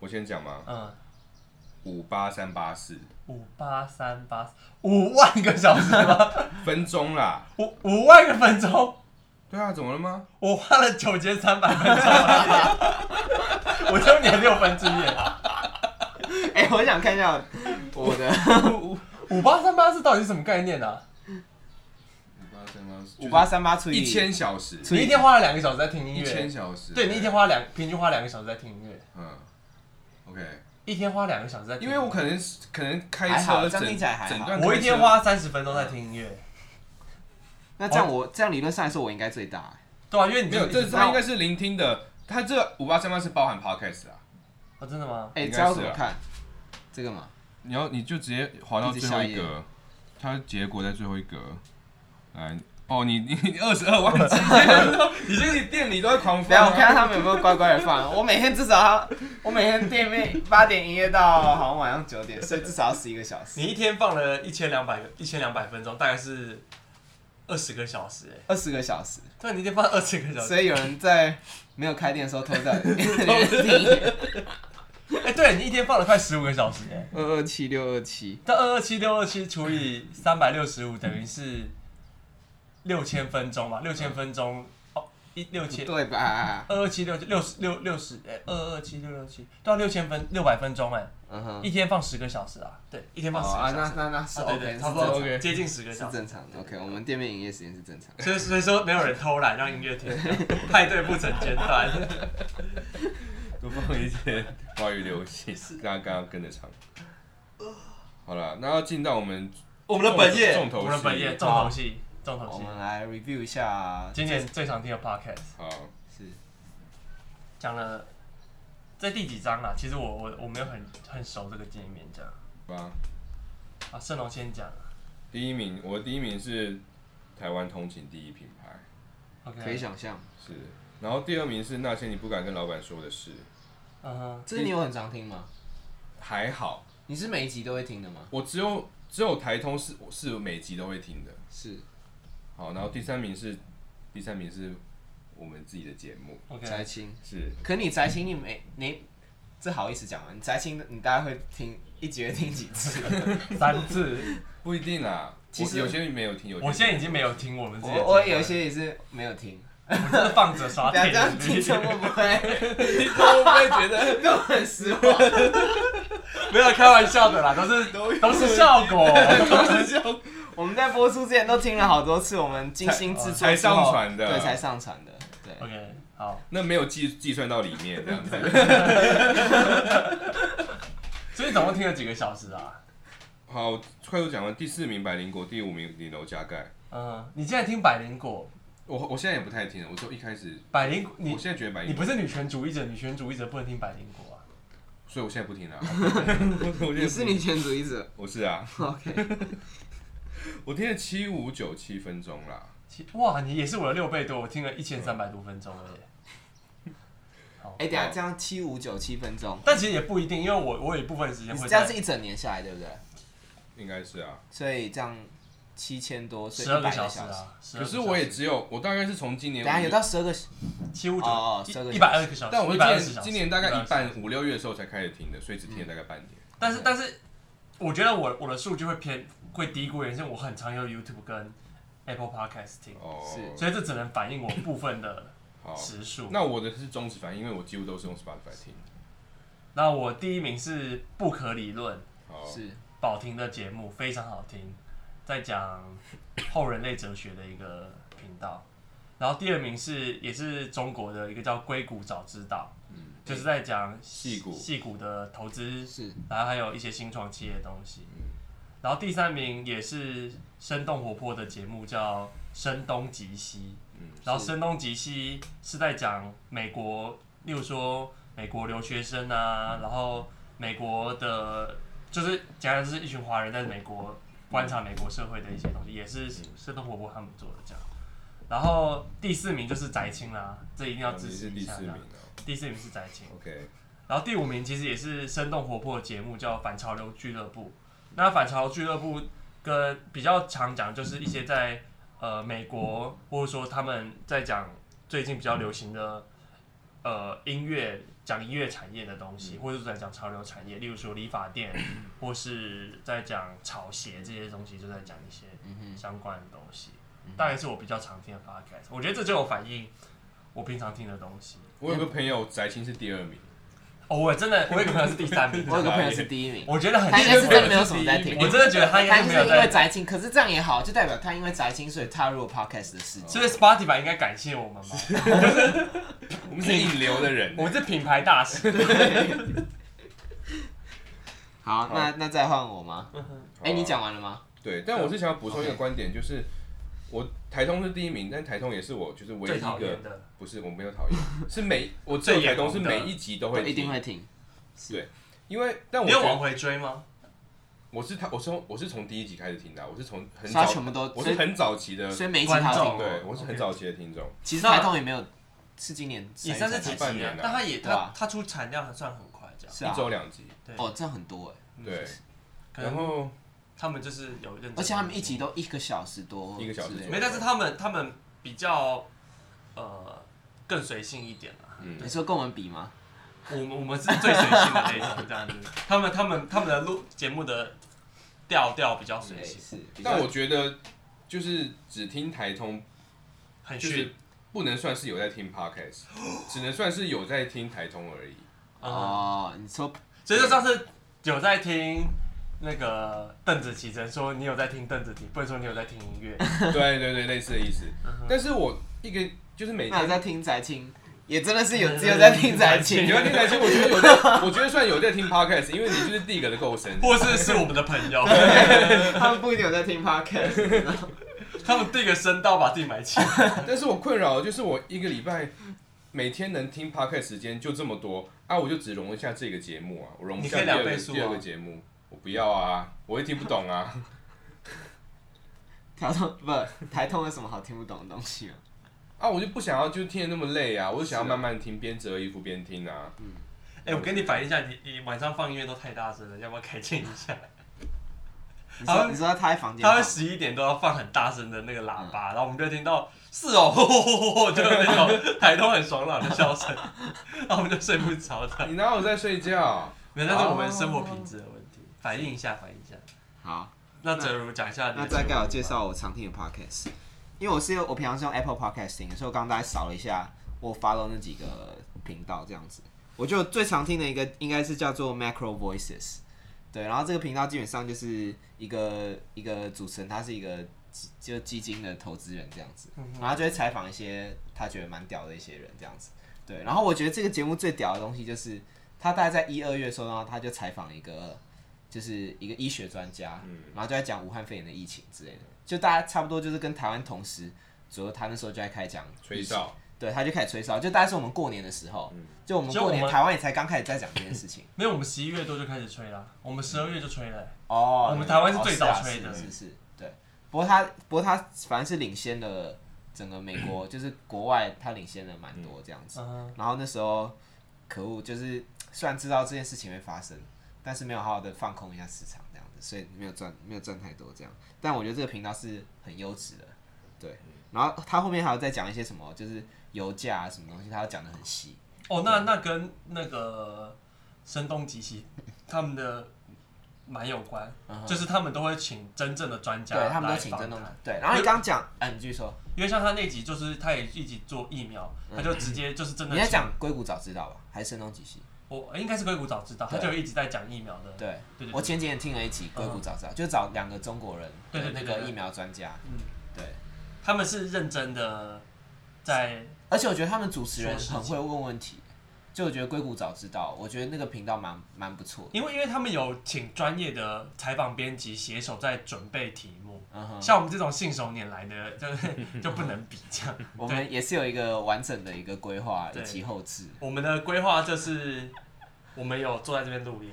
[SPEAKER 2] 我先讲嘛，
[SPEAKER 1] 嗯，
[SPEAKER 2] 五八三八四
[SPEAKER 1] 五八三八五万个小时吗？
[SPEAKER 2] 分钟啦。
[SPEAKER 1] 五五万个分钟，
[SPEAKER 2] 对啊，怎么了吗？
[SPEAKER 1] 我花了九千三百分钟来 听，我就你的六分之一啊了。
[SPEAKER 3] 哎，我想看一下我的
[SPEAKER 1] 五八三八是到底是什么概念啊？
[SPEAKER 2] 五八三八四，
[SPEAKER 3] 五八三八除以
[SPEAKER 2] 一
[SPEAKER 1] 哦
[SPEAKER 2] 千小时，
[SPEAKER 1] 你一天花了两个小时在听音
[SPEAKER 2] 一千
[SPEAKER 1] 乐，
[SPEAKER 2] 小时。
[SPEAKER 1] 对你一天花两平均花两个小时在听音乐，
[SPEAKER 2] 嗯，OK，
[SPEAKER 1] 一天花两个小时在听
[SPEAKER 2] 因
[SPEAKER 1] 音
[SPEAKER 2] 为
[SPEAKER 1] 乐，
[SPEAKER 2] 我可能可能开
[SPEAKER 3] 还好
[SPEAKER 2] 车
[SPEAKER 3] 这样
[SPEAKER 2] 整
[SPEAKER 3] 听起来还好
[SPEAKER 2] 整段开车，
[SPEAKER 1] 我一天花三十分钟在听音乐，
[SPEAKER 3] 那这样我这样理论上来说，我应该最大。
[SPEAKER 1] 对啊，因为你
[SPEAKER 2] 没有，
[SPEAKER 1] 就是
[SPEAKER 2] 这
[SPEAKER 1] 一直
[SPEAKER 2] 他应该是聆听的，他这五八三八是包含 podcast 啊。
[SPEAKER 1] 哦，真的吗？
[SPEAKER 3] 哎，
[SPEAKER 2] 应该
[SPEAKER 3] 这
[SPEAKER 2] 是啊
[SPEAKER 3] 要怎么看？这个嘛，
[SPEAKER 2] 你要你就直接滑到
[SPEAKER 3] 一直
[SPEAKER 2] 最后一
[SPEAKER 3] 下
[SPEAKER 2] 格，它结果在最后一格。来，哦，你你你二十二 万字，你这你店里都在狂
[SPEAKER 3] 等一
[SPEAKER 2] 翻、
[SPEAKER 3] 下我
[SPEAKER 2] 啊。
[SPEAKER 3] 看看他们有没有乖乖的放。我每天至少要，我每天店面八点营业到好像晚上九点，所以至少要十一个小时
[SPEAKER 1] 你。一天放了一千两百个一千两百分钟，大概是二十个小时哎、
[SPEAKER 3] 二十个小时，
[SPEAKER 1] 对，你一天放二十个小时，
[SPEAKER 3] 所以有人在没有开店的时候偷 在听
[SPEAKER 1] 哎、对你一天放了快十五个小时哎、
[SPEAKER 3] 二二呃七六二七，
[SPEAKER 1] 但二二七六二七除以三百六十五等于是六千分钟嘛，六千分钟哦，一六
[SPEAKER 3] 不
[SPEAKER 1] 千
[SPEAKER 3] 对吧？啊
[SPEAKER 1] 二二七六六十六六十哎，二二七六六七到六千分六百分钟哎、
[SPEAKER 3] 嗯哼，
[SPEAKER 1] 一天放十个小时啊，对，一天
[SPEAKER 3] 哦
[SPEAKER 1] 放十个
[SPEAKER 3] 啊，
[SPEAKER 1] 小时。
[SPEAKER 3] 那那那是
[SPEAKER 1] 啊对
[SPEAKER 3] OK，
[SPEAKER 1] 对，
[SPEAKER 3] 是
[SPEAKER 1] 差
[SPEAKER 3] 正
[SPEAKER 1] 不多
[SPEAKER 3] 常，
[SPEAKER 2] OK
[SPEAKER 1] 接近十个
[SPEAKER 3] 是
[SPEAKER 1] 小时。
[SPEAKER 3] 正常的。OK，我们店面营业时间是正常的。
[SPEAKER 1] 所以所以说没有人偷懒让音乐 停下，派对不成间断。
[SPEAKER 2] 多放一些华语流行，大家刚刚跟着唱。好了，那要进到我们
[SPEAKER 1] 我们的本业，
[SPEAKER 2] 重头
[SPEAKER 1] 我们的
[SPEAKER 2] 戏
[SPEAKER 1] 本业，重头戏，重头
[SPEAKER 3] 哦我
[SPEAKER 1] 戏。
[SPEAKER 3] 们来 review 一下
[SPEAKER 1] 今年最常听的 podcast
[SPEAKER 2] 好
[SPEAKER 3] 是
[SPEAKER 1] 讲了在第几章啦？啊其实我我我没有很很熟这个界面这样
[SPEAKER 2] 好吧，
[SPEAKER 1] 啊。盛龙先讲
[SPEAKER 2] 第一名，我的第一名是台湾通勤第一品牌，
[SPEAKER 1] ，OK，
[SPEAKER 3] 可以想象，
[SPEAKER 2] 是。然后第二名是那些你不敢跟老板说的事，
[SPEAKER 1] 嗯哼，
[SPEAKER 3] 这你有很常听吗？
[SPEAKER 2] 还好，
[SPEAKER 3] 你是每一集都会听的吗？
[SPEAKER 2] 我只有只有台通是是每集都会听的。
[SPEAKER 3] 是，
[SPEAKER 2] 好，然后第三名是第三名是我们自己的节目，
[SPEAKER 1] ，OK，
[SPEAKER 3] 宅青。
[SPEAKER 2] 是
[SPEAKER 3] 可你宅青，你每你这好意思讲吗？你宅青，你大概会听一集会听几次？
[SPEAKER 1] 三次，
[SPEAKER 2] 不一定啦。
[SPEAKER 3] 其实
[SPEAKER 2] 我有些没有听，有些
[SPEAKER 1] 我现在已经没有听我们这
[SPEAKER 3] 我我有一些也是没有 听，
[SPEAKER 1] 我真的放着刷
[SPEAKER 3] 不要
[SPEAKER 1] 电
[SPEAKER 3] 这样听
[SPEAKER 1] 视
[SPEAKER 3] 众
[SPEAKER 1] 剧，
[SPEAKER 3] 会不会
[SPEAKER 2] 你会不会觉得？
[SPEAKER 3] 都很失望？
[SPEAKER 1] 没有开玩笑的啦，都是都是效果，
[SPEAKER 3] 我们在播出之前都听了好多次，我们精心制作
[SPEAKER 2] 才才
[SPEAKER 3] 之后
[SPEAKER 2] 上传的
[SPEAKER 3] 对，才上传的，对。
[SPEAKER 1] OK，好，
[SPEAKER 2] 那没有计计算到里面这 样子。
[SPEAKER 1] 所以总共听了几个小时啊？
[SPEAKER 2] 好，快速讲完第四名百灵果，第五名顶楼加盖。
[SPEAKER 1] 嗯，你现在听百灵果，
[SPEAKER 2] 我我现在也不太听了，我就一开始，
[SPEAKER 1] 百灵果，
[SPEAKER 2] 我
[SPEAKER 1] 你
[SPEAKER 2] 现在觉得百
[SPEAKER 1] 你
[SPEAKER 2] 灵果，
[SPEAKER 1] 不是女权主义者，女权主义者不能听百灵果啊。
[SPEAKER 2] 所以我现在 不听了。我
[SPEAKER 3] 你是
[SPEAKER 2] 你
[SPEAKER 3] 女，权主义者
[SPEAKER 2] 我是啊，
[SPEAKER 3] ，OK？
[SPEAKER 2] 我听了七五九七分钟啦。
[SPEAKER 1] 其哇，你也是我的六倍多，我听了一千三百多分钟而已。
[SPEAKER 3] 哎，等一下这样七五九七分钟，
[SPEAKER 1] 但其实也不一定，因为我我有一部分时间
[SPEAKER 3] 你
[SPEAKER 1] 会
[SPEAKER 3] 这样
[SPEAKER 1] 在
[SPEAKER 3] 是一整年下来，对不对？
[SPEAKER 2] 应该是啊，
[SPEAKER 3] 所以这样七千多，所以
[SPEAKER 1] 十二
[SPEAKER 3] 一
[SPEAKER 1] 个
[SPEAKER 3] 百
[SPEAKER 1] 小时
[SPEAKER 3] 时。
[SPEAKER 1] 啊。12
[SPEAKER 2] 可
[SPEAKER 1] 个小
[SPEAKER 2] 是
[SPEAKER 1] 时
[SPEAKER 2] 我也只有，我大概是从今年
[SPEAKER 3] 等一下有
[SPEAKER 2] 五，
[SPEAKER 3] 到十二个小时，
[SPEAKER 1] 七五
[SPEAKER 3] 哦哦12
[SPEAKER 1] 九
[SPEAKER 3] 个
[SPEAKER 1] 一百二个小时，
[SPEAKER 2] 但我是
[SPEAKER 1] 一
[SPEAKER 2] 今
[SPEAKER 1] 百二
[SPEAKER 2] 年
[SPEAKER 1] 十小时。嗯
[SPEAKER 2] 今年大概一
[SPEAKER 1] 120小
[SPEAKER 2] 半
[SPEAKER 1] 时，
[SPEAKER 2] 五六月的时候才开始听的，所以只听了大概半年。
[SPEAKER 1] 但是但是，我觉得我我的数据会偏会低估，原因是我很常用 YouTube 跟 Apple Podcast 听，
[SPEAKER 2] 哦，
[SPEAKER 1] 所以这只能反映我部分的
[SPEAKER 2] 好，
[SPEAKER 1] 时数。
[SPEAKER 2] 那我的是忠实反应，因为我几乎都是用 Spotify 听。
[SPEAKER 1] 那我第一名是不可理论，
[SPEAKER 2] 好，
[SPEAKER 3] 是
[SPEAKER 1] 宝婷的节目非常好听，在讲后人类哲学的一个频道。然后第二名是也是中国的一个叫硅谷早知道，
[SPEAKER 2] 嗯
[SPEAKER 1] 就是在讲
[SPEAKER 2] 矽谷
[SPEAKER 1] 戏骨的投资，
[SPEAKER 3] 是
[SPEAKER 1] 然后还有一些新创企业的东西。
[SPEAKER 2] 嗯
[SPEAKER 1] 然后第三名也是生动活泼的节目叫《声东击西》，
[SPEAKER 2] 嗯
[SPEAKER 1] 然后《声东击西》是在讲美国，例如说美国留学生啊，然后美国的，就是讲的是一群华人在美国观察美国社会的一些东西，也是生动活泼他们做的这样。然后第四名就是翟青啦，这一定要
[SPEAKER 2] 哦
[SPEAKER 1] 支
[SPEAKER 2] 你
[SPEAKER 1] 持
[SPEAKER 2] 是
[SPEAKER 1] 一
[SPEAKER 2] 第
[SPEAKER 1] 下
[SPEAKER 2] 四
[SPEAKER 1] 这
[SPEAKER 2] 名
[SPEAKER 1] 样。
[SPEAKER 2] 哦
[SPEAKER 1] 第四名是翟青。
[SPEAKER 2] ，OK，
[SPEAKER 1] 然后第五名其实也是生动活泼的节目，叫《反潮流俱乐部》。那反潮流俱乐部跟比较常讲，就是一些在呃美国，或者说他们在讲最近比较流行的呃音乐，讲音乐产业的东西，或者是在讲潮流产业，例如说理发店，或是在讲潮鞋这些东西，就在讲一些相关的东西。大概是我比较常听的 podcast，我觉得这就有反映我平常听的东西。
[SPEAKER 2] 我有个朋友翟青是第二名，
[SPEAKER 1] 哦，我真的，我有一个朋友是第三 名，
[SPEAKER 3] 我有个朋友是第一名，
[SPEAKER 1] 我觉得很
[SPEAKER 3] 他应该是
[SPEAKER 1] 幸
[SPEAKER 3] 真
[SPEAKER 1] 福
[SPEAKER 3] 的没有什么在听，
[SPEAKER 1] 我真的觉得他应该
[SPEAKER 3] 就是
[SPEAKER 1] 没有
[SPEAKER 3] 因为
[SPEAKER 1] 在，
[SPEAKER 3] 宅青，可是这样也好，就代表他因为宅青所以踏入了 podcast 的世界。
[SPEAKER 1] 所以 Spotify 应该感谢我 们吧？
[SPEAKER 2] 我们是引流的人
[SPEAKER 1] 嗯我。们是品牌大使。
[SPEAKER 3] 好，
[SPEAKER 2] 好啊
[SPEAKER 3] 那那再换我吗？哎，你讲完了吗？
[SPEAKER 2] 对，但我是想要补充一个观点，就是我台通是第一名，但台通也是我就是唯一
[SPEAKER 1] 最
[SPEAKER 2] 一
[SPEAKER 1] 讨厌
[SPEAKER 2] 个
[SPEAKER 1] 的，
[SPEAKER 2] 不是我没有讨厌，是每我只有台通是每一集都
[SPEAKER 3] 我
[SPEAKER 2] 会
[SPEAKER 3] 一定
[SPEAKER 2] 听
[SPEAKER 3] 会听。
[SPEAKER 2] 因为但我
[SPEAKER 1] 你
[SPEAKER 2] 觉
[SPEAKER 1] 有
[SPEAKER 2] 得
[SPEAKER 1] 往回追吗？
[SPEAKER 2] 我是他，我是从我是从第一集开始听的啊，我是从很
[SPEAKER 3] 所以他
[SPEAKER 2] 早，
[SPEAKER 3] 全部都
[SPEAKER 2] 我是很早期的，
[SPEAKER 3] 所以每一集他
[SPEAKER 1] 观
[SPEAKER 3] 有
[SPEAKER 1] 众
[SPEAKER 3] 听
[SPEAKER 1] 哦
[SPEAKER 3] 过。
[SPEAKER 2] 对我是很早期的听众，
[SPEAKER 3] 其实台通也没有，是今年
[SPEAKER 1] 也算是
[SPEAKER 3] 才
[SPEAKER 1] 几
[SPEAKER 2] 几
[SPEAKER 1] 集
[SPEAKER 2] 集
[SPEAKER 1] 啊
[SPEAKER 2] 啊，
[SPEAKER 1] 但他也
[SPEAKER 3] 对
[SPEAKER 1] 他
[SPEAKER 3] 啊
[SPEAKER 1] 他出产量还算很快，这样。
[SPEAKER 3] 是
[SPEAKER 2] 一
[SPEAKER 3] 啊，
[SPEAKER 2] 周两集，
[SPEAKER 1] 对，
[SPEAKER 3] 哦，这样很多哎，
[SPEAKER 2] 对，
[SPEAKER 1] 可能
[SPEAKER 2] 然后
[SPEAKER 1] 他们就是有认真，
[SPEAKER 3] 而且他们一集都一个小时多，
[SPEAKER 2] 一个小时多
[SPEAKER 1] 没，但是他们他们比较呃更随性一点啦。
[SPEAKER 2] 嗯
[SPEAKER 3] 你说跟我们比吗？
[SPEAKER 1] 我们我们是最随性的那一种，这样子。他们他们他们的录节目的调调比较随
[SPEAKER 3] 对，
[SPEAKER 1] 性，
[SPEAKER 3] 是。比较
[SPEAKER 2] 嗯但我觉得就是只听台通，
[SPEAKER 1] 很
[SPEAKER 2] 就
[SPEAKER 1] 逊
[SPEAKER 2] 是不能算是有在 听 podcast，只能算是有在听台通而已。
[SPEAKER 1] 啊。
[SPEAKER 3] 哦，
[SPEAKER 2] 嗯
[SPEAKER 3] 你说
[SPEAKER 1] 所以就上次有在听那个邓紫棋，只能说你有在听邓紫棋，不能说你有在听音乐。
[SPEAKER 2] 对对对，类似的意思。但是我一个就是每
[SPEAKER 3] 嗯那有
[SPEAKER 2] 天
[SPEAKER 3] 在听宅青，也真的是
[SPEAKER 2] 嗯
[SPEAKER 3] 有只有在听宅青
[SPEAKER 2] 你要。听台青，我觉得有在，我觉得算有在听 podcast，因为你就是第一个的够深。
[SPEAKER 1] 或是是我们的朋友，
[SPEAKER 2] 嗯
[SPEAKER 3] 他们不一定有在听 podcast，
[SPEAKER 1] 他们第一个声道把自己埋起来。
[SPEAKER 2] 但是我困扰的就是我一个礼拜每天能听 podcast 时间就这么多啊，我就只容一下这个节目啊，我容不下
[SPEAKER 1] 你可以
[SPEAKER 2] 第二
[SPEAKER 1] 两
[SPEAKER 2] 个
[SPEAKER 1] 倍速啊
[SPEAKER 2] 第二个节目，我不要啊，我也听不懂啊。
[SPEAKER 3] 台通不台通有什么好听不懂的东西吗？
[SPEAKER 2] 啊，我就不想要就听得那么累啊，我就想要
[SPEAKER 3] 是啊
[SPEAKER 2] 慢慢听，边折衣服边听啊。
[SPEAKER 1] 哎、我跟你反映一下，你你晚上放音乐都太大声了，要不要改进一下？
[SPEAKER 3] 你
[SPEAKER 1] 他
[SPEAKER 3] 说
[SPEAKER 1] 会
[SPEAKER 3] 你说他在房间
[SPEAKER 1] 他
[SPEAKER 3] 放，
[SPEAKER 1] 们十一点都要放很大声的那个喇叭，然后我们就听到是哦，吼吼吼吼，就有那种台东很爽朗的笑声，然后我们就睡不着的。
[SPEAKER 2] 你哪有在睡 觉？
[SPEAKER 1] 没有，那是我们生活品质的问题，反映一下，反映一下。
[SPEAKER 3] 好，
[SPEAKER 1] 那哲如讲一下你的
[SPEAKER 3] 那再给我介绍我常听的 podcast，因为我是用我平常是用 Apple Podcast 听，所以我刚刚大概扫了一下我 follow 那几个频道这样子。我就最常听的一个应该是叫做 Macro Voices，对，然后这个频道基本上就是一个一个主持人，他是一个基就基金的投资人这样子，然后他就会采访一些他觉得蛮屌的一些人这样子，对，然后我觉得这个节目最屌的东西就是他大概在一二月的时候，然后他就采访一个就是一个医学专家，
[SPEAKER 1] 嗯
[SPEAKER 3] 然后就在讲武汉肺炎的疫情之类的，就大家差不多就是跟台湾同时左右，他那时候就在开讲
[SPEAKER 2] 吹哨，
[SPEAKER 3] 对，他就开始吹哨，就大概是我们过年的时候，就我们
[SPEAKER 1] 嗯就我
[SPEAKER 3] 过年
[SPEAKER 1] 们
[SPEAKER 3] 台湾也才刚开始在讲这件事情。
[SPEAKER 1] 没有，我们十一月多就开始吹了，我们十二月就吹了。
[SPEAKER 3] 哦
[SPEAKER 1] 我们台湾是最早吹的
[SPEAKER 3] 是是是，对。不过他不过他反正是领先了整个美国， 就是国外他领先了蛮多这样子。
[SPEAKER 1] 嗯，
[SPEAKER 3] 然后那时候可恶，就是虽然知道这件事情会发生，但是没有好好的放空一下市场这样子，所以没有赚没有赚太多这样。但我觉得这个频道是很优质的，对。
[SPEAKER 1] 嗯
[SPEAKER 3] 然后他后面还有在讲一些什么，就是油价啊什么东西，他要讲的很细。
[SPEAKER 1] 哦，那那跟那个声东击西他们的蛮有关，就是他们都会请真正的专家，
[SPEAKER 3] 嗯对他们都请真的
[SPEAKER 1] 的。
[SPEAKER 3] 对，然后你刚刚讲，哎，你继续说，
[SPEAKER 1] 因为像他那集，就是他也一起做疫苗，他就直接就是真的
[SPEAKER 3] 你在讲硅谷早知道吧，还是声东击西？
[SPEAKER 1] 我应该是硅谷早知道，他
[SPEAKER 3] 对
[SPEAKER 1] 就一直在讲疫苗的。
[SPEAKER 3] 对
[SPEAKER 1] 对对，
[SPEAKER 3] 我前几天听了一集硅谷早知道，就找两个中国人，
[SPEAKER 1] 对对
[SPEAKER 3] 那
[SPEAKER 1] 对
[SPEAKER 3] 个
[SPEAKER 1] 对
[SPEAKER 3] 疫苗专家，
[SPEAKER 1] 嗯，
[SPEAKER 3] 对，
[SPEAKER 1] 他们是认真的在，
[SPEAKER 3] 而且我觉得他们主持人
[SPEAKER 1] 说事
[SPEAKER 3] 很会问问题，就我觉得硅谷早知道，我觉得那个频道蛮蛮不错的，
[SPEAKER 1] 因为因为他们有请专业的采访编辑携手在准备题目，
[SPEAKER 3] 嗯哼，
[SPEAKER 1] 像我们这种信手拈来的， 就是就不能比这样。
[SPEAKER 3] 我们也是有一个完整的一个规划
[SPEAKER 1] 对
[SPEAKER 3] 以及后置，
[SPEAKER 1] 我们的规划就是，我们有坐在这边录 音，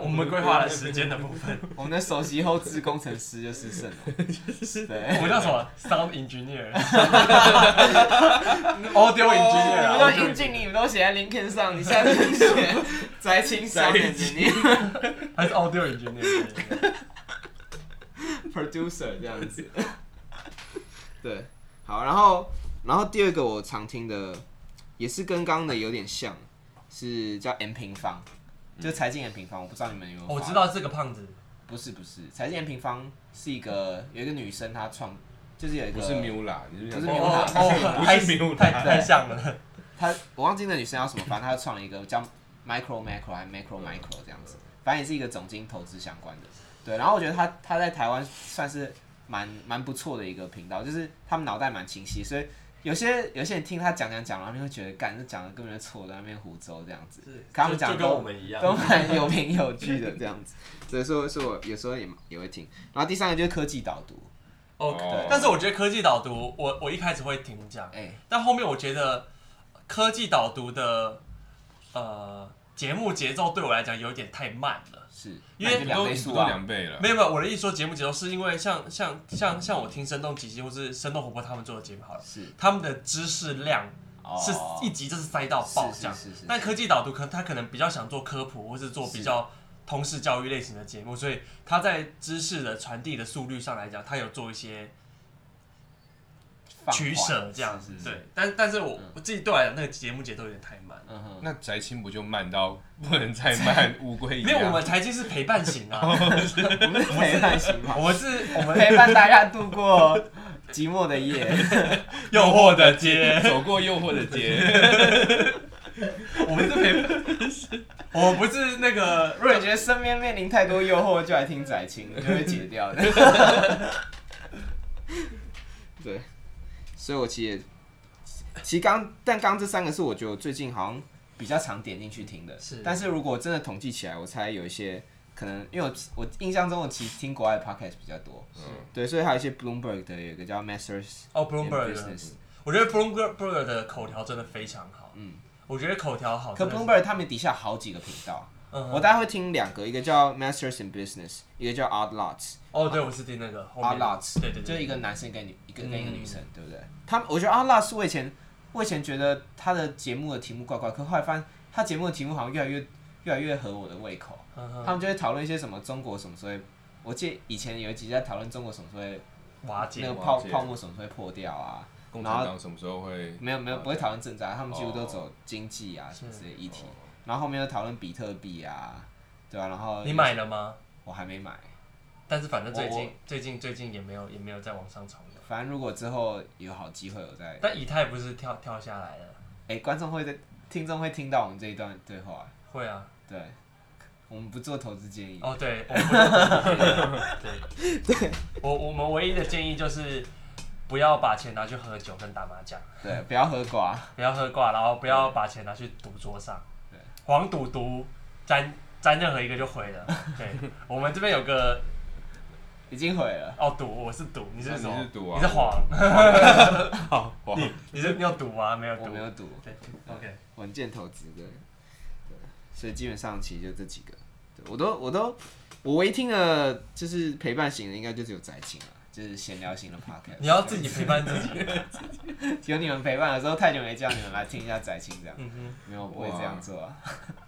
[SPEAKER 1] 我们规划了时间的部 分。
[SPEAKER 3] 我们的首席后置工程师就是盛 龙，对，
[SPEAKER 1] 我们叫什么？Sound engineer，audio
[SPEAKER 3] 你
[SPEAKER 1] engineer
[SPEAKER 3] 们
[SPEAKER 1] 啊。
[SPEAKER 3] 都
[SPEAKER 1] audio
[SPEAKER 3] 应进，你们都写在 LinkedIn 上，你现在就写 翟青商
[SPEAKER 2] 翟青
[SPEAKER 3] engineer
[SPEAKER 1] 还是 audio engineer 对。对对
[SPEAKER 3] producer 这样子。 对，好，然后然后第二个我常听的也是跟刚刚的有点像，是叫 M 平方，就财经 M 平方，我不知道你们有没有。
[SPEAKER 1] 嗯我知，道这个胖子，
[SPEAKER 3] 不是不是，财经 M 平方是一个有一个女生她创，就是有一个
[SPEAKER 2] 不是 Mula，你
[SPEAKER 3] 不是
[SPEAKER 2] 想
[SPEAKER 3] 没有
[SPEAKER 2] 说
[SPEAKER 3] 啦
[SPEAKER 1] 哦哦，
[SPEAKER 2] 不
[SPEAKER 1] 太
[SPEAKER 2] 是没有啦
[SPEAKER 1] 太太像了。
[SPEAKER 3] 她我忘记那女生叫什么，反正她创了一个叫 Micro Macro 还 Macro Micro 这样子，反正也是一个总经投资相关的。对，然后我觉得她她在台湾算是蛮蛮不错的一个频道，就是他们脑袋蛮清晰，所以有些有些人听她讲讲讲，然后你会觉得干这讲的根本就错的，在那边胡诌这样子。可他们讲
[SPEAKER 1] 就
[SPEAKER 3] 的
[SPEAKER 1] 就跟
[SPEAKER 3] 都
[SPEAKER 1] 我们一样，
[SPEAKER 3] 都蛮有凭有据的这样子。所以说，所以我有时候也也会听。然后第三个就是科技导读，
[SPEAKER 1] 哦
[SPEAKER 2] 哦，
[SPEAKER 1] 但是我觉得科技导读，我我一开始会听讲，
[SPEAKER 3] 哎、
[SPEAKER 1] 但后面我觉得科技导读的呃节目节奏对我来讲有点太慢了。
[SPEAKER 3] 是
[SPEAKER 1] 因为
[SPEAKER 3] 那就两倍
[SPEAKER 2] 不
[SPEAKER 3] 速
[SPEAKER 2] 都
[SPEAKER 3] 啊，
[SPEAKER 2] 两倍了
[SPEAKER 1] 没？有没有，我的意思说节目节奏是因为像像像像我听生动极集或是生动活泼他们做的节目好了，
[SPEAKER 3] 是
[SPEAKER 1] 他们的知识量是
[SPEAKER 3] 哦
[SPEAKER 1] 一集就是塞到爆
[SPEAKER 3] 是
[SPEAKER 1] 这样
[SPEAKER 3] 是是是。
[SPEAKER 1] 但科技导读可能他可能比较想做科普，或是做比较通识教育类型的节目，所以他在知识的传递的速率上来讲，他有做一些
[SPEAKER 3] 放
[SPEAKER 1] 取
[SPEAKER 3] 缓
[SPEAKER 1] 舍这样
[SPEAKER 3] 是
[SPEAKER 1] 子
[SPEAKER 3] 是。是
[SPEAKER 1] 对，但但是我我自己对我来讲，那个节目节奏有点太慢。
[SPEAKER 3] 嗯哼，
[SPEAKER 2] 那翟青不就慢到不能再 慢，乌龟一
[SPEAKER 1] 没有，我
[SPEAKER 2] 样。
[SPEAKER 1] 们财经是陪伴型 啊，
[SPEAKER 3] 我们是陪伴型嘛，
[SPEAKER 1] 我们是我们
[SPEAKER 3] 陪伴大家度过寂寞的夜。
[SPEAKER 1] 诱惑的街，
[SPEAKER 2] 走过诱惑的 街，
[SPEAKER 1] 我们是陪，我们不是那个
[SPEAKER 3] 如果你觉得身边面临太多诱惑，就来听仔青，你就会解掉的。 对，所以我其实也，其实刚但刚这三个是我觉得我最近好像比较常点进去听的。
[SPEAKER 1] 是
[SPEAKER 3] 但是如果真的统计起来，我猜有一些可能，因为我我印象中我其实听国外的 podcast 比较多，对，所以还有一些 Bloomberg 的有一个叫 Masters
[SPEAKER 1] 哦
[SPEAKER 3] in
[SPEAKER 1] Bloomberg，
[SPEAKER 3] Business，
[SPEAKER 1] 我觉得 Bloomberg 的口条真的非常好。嗯，我觉得口条好，
[SPEAKER 3] 可
[SPEAKER 1] 真的是
[SPEAKER 3] Bloomberg 他们底下好几个频道，
[SPEAKER 1] 嗯
[SPEAKER 3] 我
[SPEAKER 1] 哼
[SPEAKER 3] 大概会听两个，一个叫 Masters in Business，一个叫 Odd Lots。
[SPEAKER 1] 哦，对，我是听那个后
[SPEAKER 3] Odd
[SPEAKER 1] 面的
[SPEAKER 3] Lots，
[SPEAKER 1] 对对
[SPEAKER 3] 就是
[SPEAKER 1] 对，
[SPEAKER 3] 一个男生跟女一个跟一个
[SPEAKER 1] 嗯
[SPEAKER 3] 女生，对不对？他们我觉得 Odd Lots 我以前我以前觉得他的节目的题目怪怪，可后来发现他节目的题目好像越来越越来越合我的胃口。
[SPEAKER 1] 嗯哼
[SPEAKER 3] 他们就会讨论一些什么中国什么时候会，我记得以前有一集在讨论中国什么时候会
[SPEAKER 1] 瓦
[SPEAKER 3] 那
[SPEAKER 1] 解
[SPEAKER 3] 个
[SPEAKER 2] 瓦
[SPEAKER 3] 泡
[SPEAKER 2] 解
[SPEAKER 3] 泡沫什么时候会破掉啊，
[SPEAKER 2] 共产党什么时候会？
[SPEAKER 3] 没有没有不会讨论政治啊，他们几乎都
[SPEAKER 2] 哦
[SPEAKER 3] 走经济啊什么之类的议题
[SPEAKER 2] 哦，
[SPEAKER 3] 然后后面又讨论比特币啊，对吧、然后
[SPEAKER 1] 你买了吗？
[SPEAKER 3] 我还没买，
[SPEAKER 1] 但是反正最
[SPEAKER 3] 我
[SPEAKER 1] 近最近最近也没有也没有再往上冲了，
[SPEAKER 3] 反正如果之后有好机会，我再
[SPEAKER 1] 但以太不是跳跳下来了？
[SPEAKER 3] 哎、观众会在听众会听到我们这一段对话，
[SPEAKER 1] 会啊，
[SPEAKER 3] 对，我们不做投资建议，
[SPEAKER 1] 哦，对，我们 对，我我们唯一的建议就是不要把钱拿去喝酒跟打麻将，
[SPEAKER 3] 对，不要喝瓜，
[SPEAKER 1] 不要喝挂，然后不要把钱拿去赌桌上
[SPEAKER 3] 对，
[SPEAKER 1] 黄赌毒沾沾任何一个就毁了。对，我们这边有个
[SPEAKER 3] 已经毁了，
[SPEAKER 1] 哦赌，我是赌，你是什么？
[SPEAKER 2] 你是赌
[SPEAKER 1] 你
[SPEAKER 2] 啊
[SPEAKER 1] 是黄，
[SPEAKER 2] 哇
[SPEAKER 1] 你你是你有赌啊吗？没有
[SPEAKER 3] 我
[SPEAKER 1] 赌
[SPEAKER 3] 没。有赌，
[SPEAKER 1] 对，OK，
[SPEAKER 3] 稳健投资对，对，所以基本上其实就这几个，对我都我都我唯一听的就是陪伴型的，应该就只有宅青了，就是闲聊型的 podcast。
[SPEAKER 1] 你要自己陪伴自己。
[SPEAKER 3] 有你们陪伴的时候，太久没叫你们来听一下宅青这样，
[SPEAKER 1] 嗯哼。
[SPEAKER 3] 没有我不会这样做啊。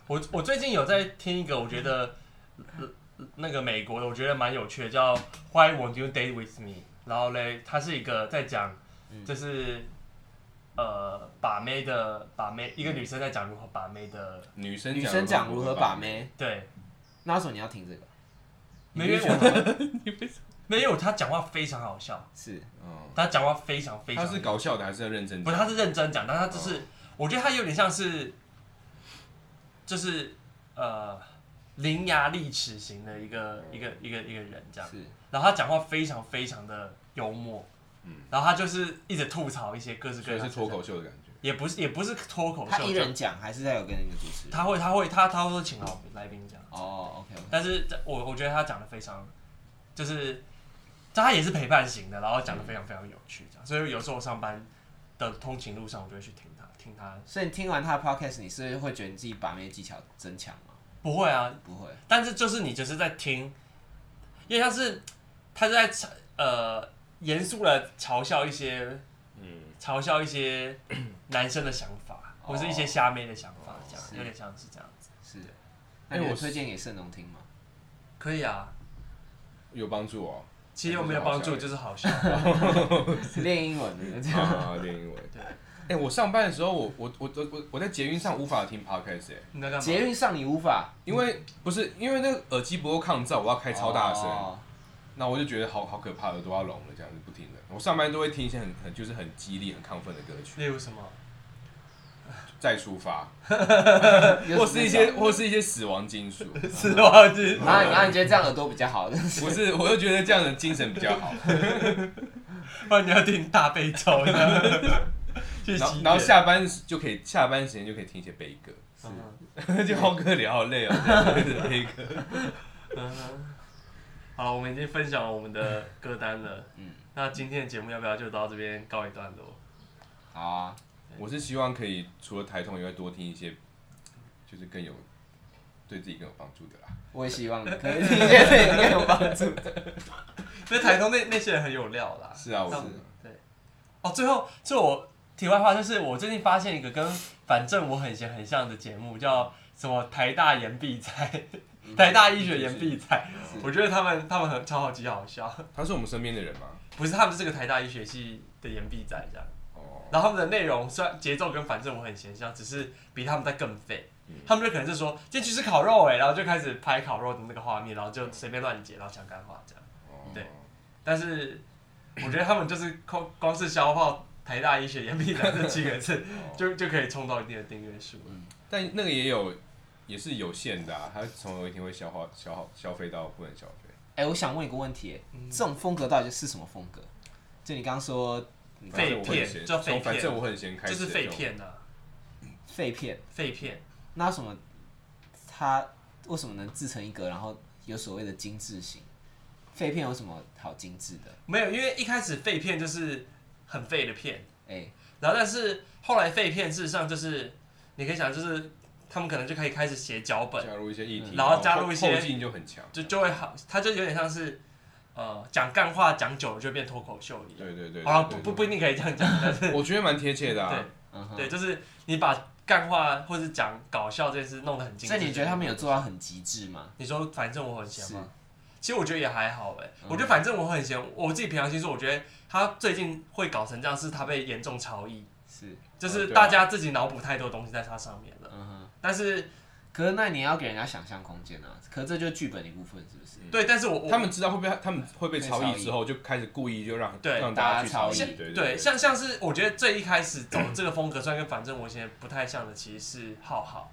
[SPEAKER 1] 我我最近有在听一个，我觉得、呃那个美国的，我觉得蛮有趣的，叫《Why Won't You Date with Me》。然后嘞，它是一个在讲，就是、呃把妹的把妹，一个女生在讲如何把妹的。
[SPEAKER 2] 女生
[SPEAKER 3] 女生讲如何把，妹，
[SPEAKER 1] 对，
[SPEAKER 3] 那为什么你要听这个？
[SPEAKER 1] 没有因为我没有她讲话非常好笑，
[SPEAKER 3] 是
[SPEAKER 2] 嗯，
[SPEAKER 1] 她讲话非常非常
[SPEAKER 2] 他。是哦搞笑的还是要认真
[SPEAKER 1] 不
[SPEAKER 2] 讲？
[SPEAKER 1] 是，他是认真讲，但他就是，我觉得他有点像是，就是呃，伶牙俐齿型的一个一个一个一个人这样。
[SPEAKER 3] 是，
[SPEAKER 1] 然后他讲话非常非常的幽默，
[SPEAKER 2] 嗯，
[SPEAKER 1] 然后他就是一直吐槽一些各式各
[SPEAKER 2] 所以
[SPEAKER 1] 样的，
[SPEAKER 2] 是脱口，秀的感觉。
[SPEAKER 1] 也不是也不是脱
[SPEAKER 2] 哦
[SPEAKER 1] 口
[SPEAKER 3] 他
[SPEAKER 1] 秀
[SPEAKER 3] 一
[SPEAKER 1] 这样，
[SPEAKER 3] 人讲还是要有跟那个主持人？
[SPEAKER 1] 他会他会他他会请好来宾讲，
[SPEAKER 3] 哦，OK，
[SPEAKER 1] 但是这我我觉得他讲的非常，就是，但他也是陪伴型的，然后讲的非常非常有趣这样，所以有时候我上班的通勤路上，我就会去听他听他
[SPEAKER 3] 所以你听完他的 podcast，你是会觉得你自己把妹技巧增强吗？
[SPEAKER 1] 不会啊，
[SPEAKER 3] 不会，
[SPEAKER 1] 但是就是你就是在听，因为他是他是在呃严肃的嘲笑一些
[SPEAKER 2] 嗯，
[SPEAKER 1] 嘲笑一些 男生的想法，或是一些虾妹的想法，这样
[SPEAKER 3] 是
[SPEAKER 1] 有点像是这样子。
[SPEAKER 3] 是。那
[SPEAKER 2] 哎
[SPEAKER 3] 你有
[SPEAKER 2] 我
[SPEAKER 3] 推荐给盛农 听吗？
[SPEAKER 1] 可以啊，
[SPEAKER 2] 有帮 助哦。
[SPEAKER 1] 其实又没有帮助，
[SPEAKER 2] 就
[SPEAKER 1] 就是好笑。
[SPEAKER 3] 练英文 的，
[SPEAKER 2] 啊，练英文。
[SPEAKER 1] 对，
[SPEAKER 2] 哎，我上班的时候，我我我我我我在捷运上无法听 podcast 哎，
[SPEAKER 1] 你在干
[SPEAKER 3] 捷
[SPEAKER 1] 嘛？
[SPEAKER 3] 运上你无法
[SPEAKER 2] 因
[SPEAKER 1] 嗯
[SPEAKER 2] 为不是因为那个耳机不够抗噪，我要开超大声，
[SPEAKER 3] 哦
[SPEAKER 2] 那我就觉得好好可怕，耳朵要聋了，这样子不听了。我上班都会听一些很很就是很激励、很亢奋的歌曲，
[SPEAKER 1] 例如什么？
[SPEAKER 2] 再出发，
[SPEAKER 3] 又
[SPEAKER 2] 或是一
[SPEAKER 3] 那
[SPEAKER 2] 些
[SPEAKER 3] 种
[SPEAKER 2] 或是一些死亡 金属。
[SPEAKER 1] 是忘记
[SPEAKER 3] 然后然后你觉得这样耳朵比较好，但是
[SPEAKER 2] 不是，我就觉得这样的精神比较好。
[SPEAKER 1] 不然你要听大悲咒这 样去
[SPEAKER 2] 然后
[SPEAKER 1] 洗
[SPEAKER 2] 然后下班就可以下班时间就可以听一些悲歌，
[SPEAKER 1] 嗯哼
[SPEAKER 2] 就好可怜，好 累哦，这样的悲歌。
[SPEAKER 1] 嗯哼，好了，我们已经分享了我们的歌单了。
[SPEAKER 3] 嗯
[SPEAKER 1] 那今天的节目要不要就到这边告一段落？
[SPEAKER 3] 好啊，
[SPEAKER 2] 我是希望可以除了台通以外，多听一些，就是更有对自己更有帮助的啦。
[SPEAKER 3] 我也希望你可以听一些对你更有帮助。
[SPEAKER 1] 因为台东那那些人很有料啦。
[SPEAKER 2] 是啊，我
[SPEAKER 1] 那
[SPEAKER 2] 是
[SPEAKER 1] 哦，最后最后我题外话就是，我最近发现一个跟反正我很闲很像的节目，叫什么台大岩壁菜，
[SPEAKER 2] 嗯
[SPEAKER 1] 台大医学岩壁菜。我觉得他们他们很超好级好笑，
[SPEAKER 2] 他是我们身边的人嘛。
[SPEAKER 1] 不是他们是个台大医学系的岩壁仔这样。
[SPEAKER 2] 哦，
[SPEAKER 1] 然后他们的内容虽然节奏跟反正我很闲像，只是比他们在更废。
[SPEAKER 2] 嗯
[SPEAKER 1] 他们就可能是说今天去吃烤肉哎、然后就开始拍烤肉的那个画面，然后就随便乱截，然后讲干话这样。
[SPEAKER 2] 哦
[SPEAKER 1] 对但是我觉得他们就是光光是消化台大医学研毕展这七个 字，就就可以冲到一定的订阅数了。
[SPEAKER 2] 但那个也有，也是有限的、啊，它总有一天会消化、消耗、消费到不能消费。
[SPEAKER 3] 哎，我想问一个问题，
[SPEAKER 2] 嗯
[SPEAKER 3] 这种风格到底是什么风格？就你刚刚说你刚
[SPEAKER 2] 反
[SPEAKER 1] 废
[SPEAKER 2] 正
[SPEAKER 1] 片
[SPEAKER 2] 我很闲
[SPEAKER 1] 叫废片
[SPEAKER 2] 从反正我很闲开
[SPEAKER 1] 就
[SPEAKER 2] 始，
[SPEAKER 1] 是废。片呐、啊，
[SPEAKER 3] 废片，
[SPEAKER 1] 废片。
[SPEAKER 3] 那为什么他为什么能自成一格，然后有所谓的精致型？废片有什么好精致的？
[SPEAKER 1] 没有，因为一开始废片就是很废的片，
[SPEAKER 3] 哎，
[SPEAKER 1] 然后但是后来废片事实上就是你可以想，就是他们可能就可以开始写脚本，
[SPEAKER 2] 加入一些议题，
[SPEAKER 1] 然后加入一些
[SPEAKER 2] 后劲就很强，
[SPEAKER 1] 就就会好，他就有点像是呃讲干话讲久了就变脱口秀一样。
[SPEAKER 2] 对对对，
[SPEAKER 1] 好了，
[SPEAKER 2] 对
[SPEAKER 1] 啊不不不一，定可以这样讲，但是
[SPEAKER 2] 对我觉得蛮贴切的啊。
[SPEAKER 3] 嗯哼
[SPEAKER 1] 对，就是你把干话或是讲搞笑这件事弄得很精
[SPEAKER 3] 所
[SPEAKER 1] 致。
[SPEAKER 3] 以你觉得他们有做到很极致吗？
[SPEAKER 1] 你说反正我很闲
[SPEAKER 3] 是
[SPEAKER 1] 吗？其实我觉得也还好哎、
[SPEAKER 3] 嗯
[SPEAKER 1] 我觉得反正我很闲，我自己平常心说，我觉得他最近会搞成这样，是他被严重超译，
[SPEAKER 3] 是，
[SPEAKER 1] 就是
[SPEAKER 2] 哦对啊
[SPEAKER 1] 大家自己脑补太多东西在他上面了。
[SPEAKER 3] 嗯哼。
[SPEAKER 1] 但是
[SPEAKER 3] 可是那你要给人家想象空间啊，可是这就是剧本的一部分，是不是？
[SPEAKER 1] 对，但是我我
[SPEAKER 2] 他们知道会被他们会被
[SPEAKER 3] 被
[SPEAKER 2] 超
[SPEAKER 3] 超
[SPEAKER 2] 译
[SPEAKER 3] 译
[SPEAKER 2] 之后，就开始故意就让
[SPEAKER 1] 对
[SPEAKER 2] 让大家去
[SPEAKER 3] 大家
[SPEAKER 2] 超
[SPEAKER 3] 超
[SPEAKER 2] 译，
[SPEAKER 3] 译
[SPEAKER 1] 像
[SPEAKER 2] 对对
[SPEAKER 1] 对像像是我觉得最一开始走 这个风格，虽然跟反正我现在不太像的，其实是浩浩。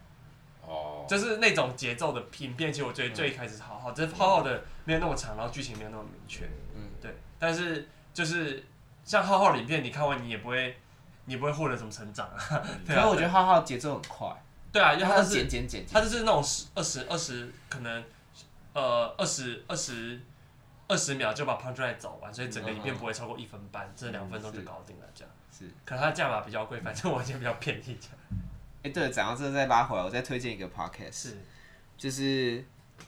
[SPEAKER 2] 哦，
[SPEAKER 1] 就是那种节奏的品变，其实我觉得
[SPEAKER 3] 嗯
[SPEAKER 1] 最一开始是好好，只是好好的没有那么长，然后剧情没有那么明确，
[SPEAKER 3] 嗯，
[SPEAKER 1] 对。但是就是像浩浩的影片，你看完你也不会，你不会获得什么成长啊， 对
[SPEAKER 3] 嗯可是
[SPEAKER 1] 啊
[SPEAKER 3] 我，觉得浩浩节奏很快，
[SPEAKER 1] 对啊，因为
[SPEAKER 3] 他
[SPEAKER 1] 他
[SPEAKER 3] 都
[SPEAKER 1] 是
[SPEAKER 3] 剪剪剪
[SPEAKER 1] 他
[SPEAKER 3] 剪，
[SPEAKER 1] 就是那种十二十二十可能呃二十二十二十秒就把 punchline 走完，所以整个影
[SPEAKER 3] 嗯
[SPEAKER 1] 片不会超过一分半，这两分钟就搞定了这样。
[SPEAKER 3] 是。
[SPEAKER 1] 可能他价码比较贵，反正我已经比较便宜 这样。
[SPEAKER 3] 哎，对了，讲到这个再拉回来，我再推荐一个 podcast，
[SPEAKER 1] 是，
[SPEAKER 3] 就是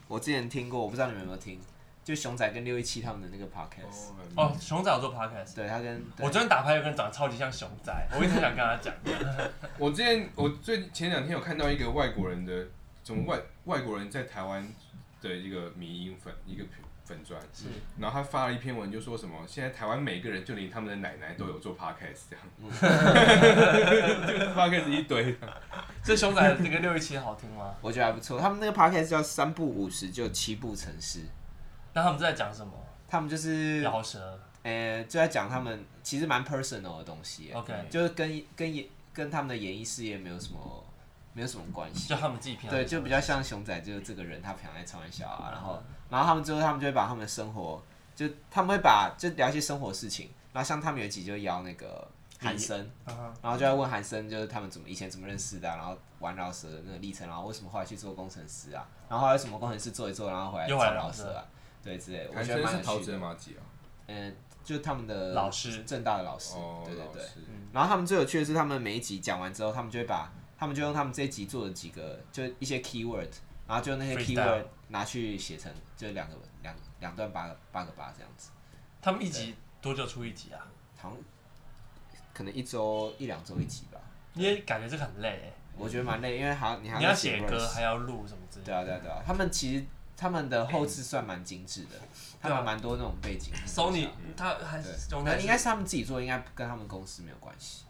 [SPEAKER 3] 我之前听过，我不知道你们有没有听，就熊仔跟六一七他们的那个 podcast，
[SPEAKER 2] 哦，
[SPEAKER 1] 哦，熊仔有做 podcast，
[SPEAKER 3] 对他跟对
[SPEAKER 1] 我昨天打牌有个人长得超级像熊仔， 我一直想跟他讲。
[SPEAKER 2] 我之前我最前两天有看到一个外国人的，怎么外外国人在台湾的一个迷音粉一个粉粉砖，
[SPEAKER 1] 是
[SPEAKER 2] 然后他发了一篇文，就说什么现在台湾每个人就连他们的奶奶都有 做 podcast 这样，就是 podcast 一堆，
[SPEAKER 1] 这熊仔那个六一七好听吗？
[SPEAKER 3] 我觉得还不错。他们那个 podcast 叫三步五十就七步成诗，
[SPEAKER 1] 那他们在讲什么？
[SPEAKER 3] 他们就是
[SPEAKER 1] 饶舌
[SPEAKER 3] 呃就在讲他们其实蛮 personal 的东西耶，
[SPEAKER 1] ，OK，
[SPEAKER 3] 就是跟跟演跟他们的演艺事业没有什么没有什么关系
[SPEAKER 1] 就。他们自己平常
[SPEAKER 3] 对，就比
[SPEAKER 1] 较
[SPEAKER 3] 较像熊仔，就是这个人，他平常在开玩笑啊，然后，然后他们之后，他们就会把他们的生活，就他们会把就聊一些生活事情，然后像他们有一集就邀那个韩生，
[SPEAKER 1] 嗯哼
[SPEAKER 3] 然后就在问韩生，就是他们怎么以前怎么认识的啊、然后玩饶舌的那个历程，然后为什么后来去做工程师啊，然后后来为什么工程师做一做，然后回来
[SPEAKER 1] 又
[SPEAKER 3] 做
[SPEAKER 1] 回来
[SPEAKER 3] 饶
[SPEAKER 1] 饶
[SPEAKER 3] 舌啊，对之类的， 我
[SPEAKER 2] 男
[SPEAKER 3] 觉得
[SPEAKER 2] 生
[SPEAKER 3] 蛮
[SPEAKER 2] 是
[SPEAKER 3] 有
[SPEAKER 2] 陶
[SPEAKER 3] 趣
[SPEAKER 2] 喆
[SPEAKER 3] 的。
[SPEAKER 2] 吗？几啊？
[SPEAKER 3] 嗯、就就他们的
[SPEAKER 1] 老师
[SPEAKER 3] 正大的老师，
[SPEAKER 2] 哦，
[SPEAKER 3] 对对对
[SPEAKER 2] 老。师
[SPEAKER 3] 然后他们最有趣的是，他们每一集讲完之后，他们就会把他们就用他们这一集做的几个，就一些 keyword，然后就那些
[SPEAKER 1] Freestyle
[SPEAKER 3] keyword 拿去写成就两个两两段八个八个八这样子，
[SPEAKER 1] 他们一集多久出一集啊？
[SPEAKER 3] 好像可能一周一两周一集吧。
[SPEAKER 1] 因为感觉这个很累
[SPEAKER 3] 我觉得蛮累，因为还哦要你
[SPEAKER 1] 欸，
[SPEAKER 3] 还
[SPEAKER 1] 你要
[SPEAKER 3] 写
[SPEAKER 1] 写
[SPEAKER 3] verse
[SPEAKER 1] 歌还要录什么之类的。
[SPEAKER 3] 对啊对啊对啊，他们其实他们的后置算蛮精致的，他们蛮多那种背景。
[SPEAKER 1] 啊 Sony 他还
[SPEAKER 3] 对
[SPEAKER 1] 熊
[SPEAKER 3] 那
[SPEAKER 1] 仔
[SPEAKER 3] 应该是他们自己做，应该跟他们公司没有关系。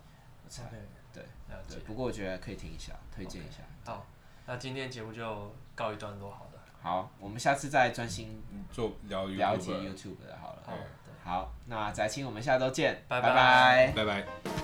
[SPEAKER 3] 我猜。
[SPEAKER 1] 对
[SPEAKER 3] 对
[SPEAKER 1] 了解
[SPEAKER 3] 对，。不过我觉得可以听一下，推荐一下。
[SPEAKER 1] 好，那今天节目就告一段落好了。
[SPEAKER 3] 好，我们下次再专心
[SPEAKER 2] 做聊
[SPEAKER 3] 了解
[SPEAKER 2] YouTube，
[SPEAKER 3] YouTube 的好了。
[SPEAKER 1] 好，
[SPEAKER 3] 好，那翟青，我们下周见，
[SPEAKER 1] 拜拜
[SPEAKER 3] 拜拜
[SPEAKER 2] 拜拜。
[SPEAKER 1] 拜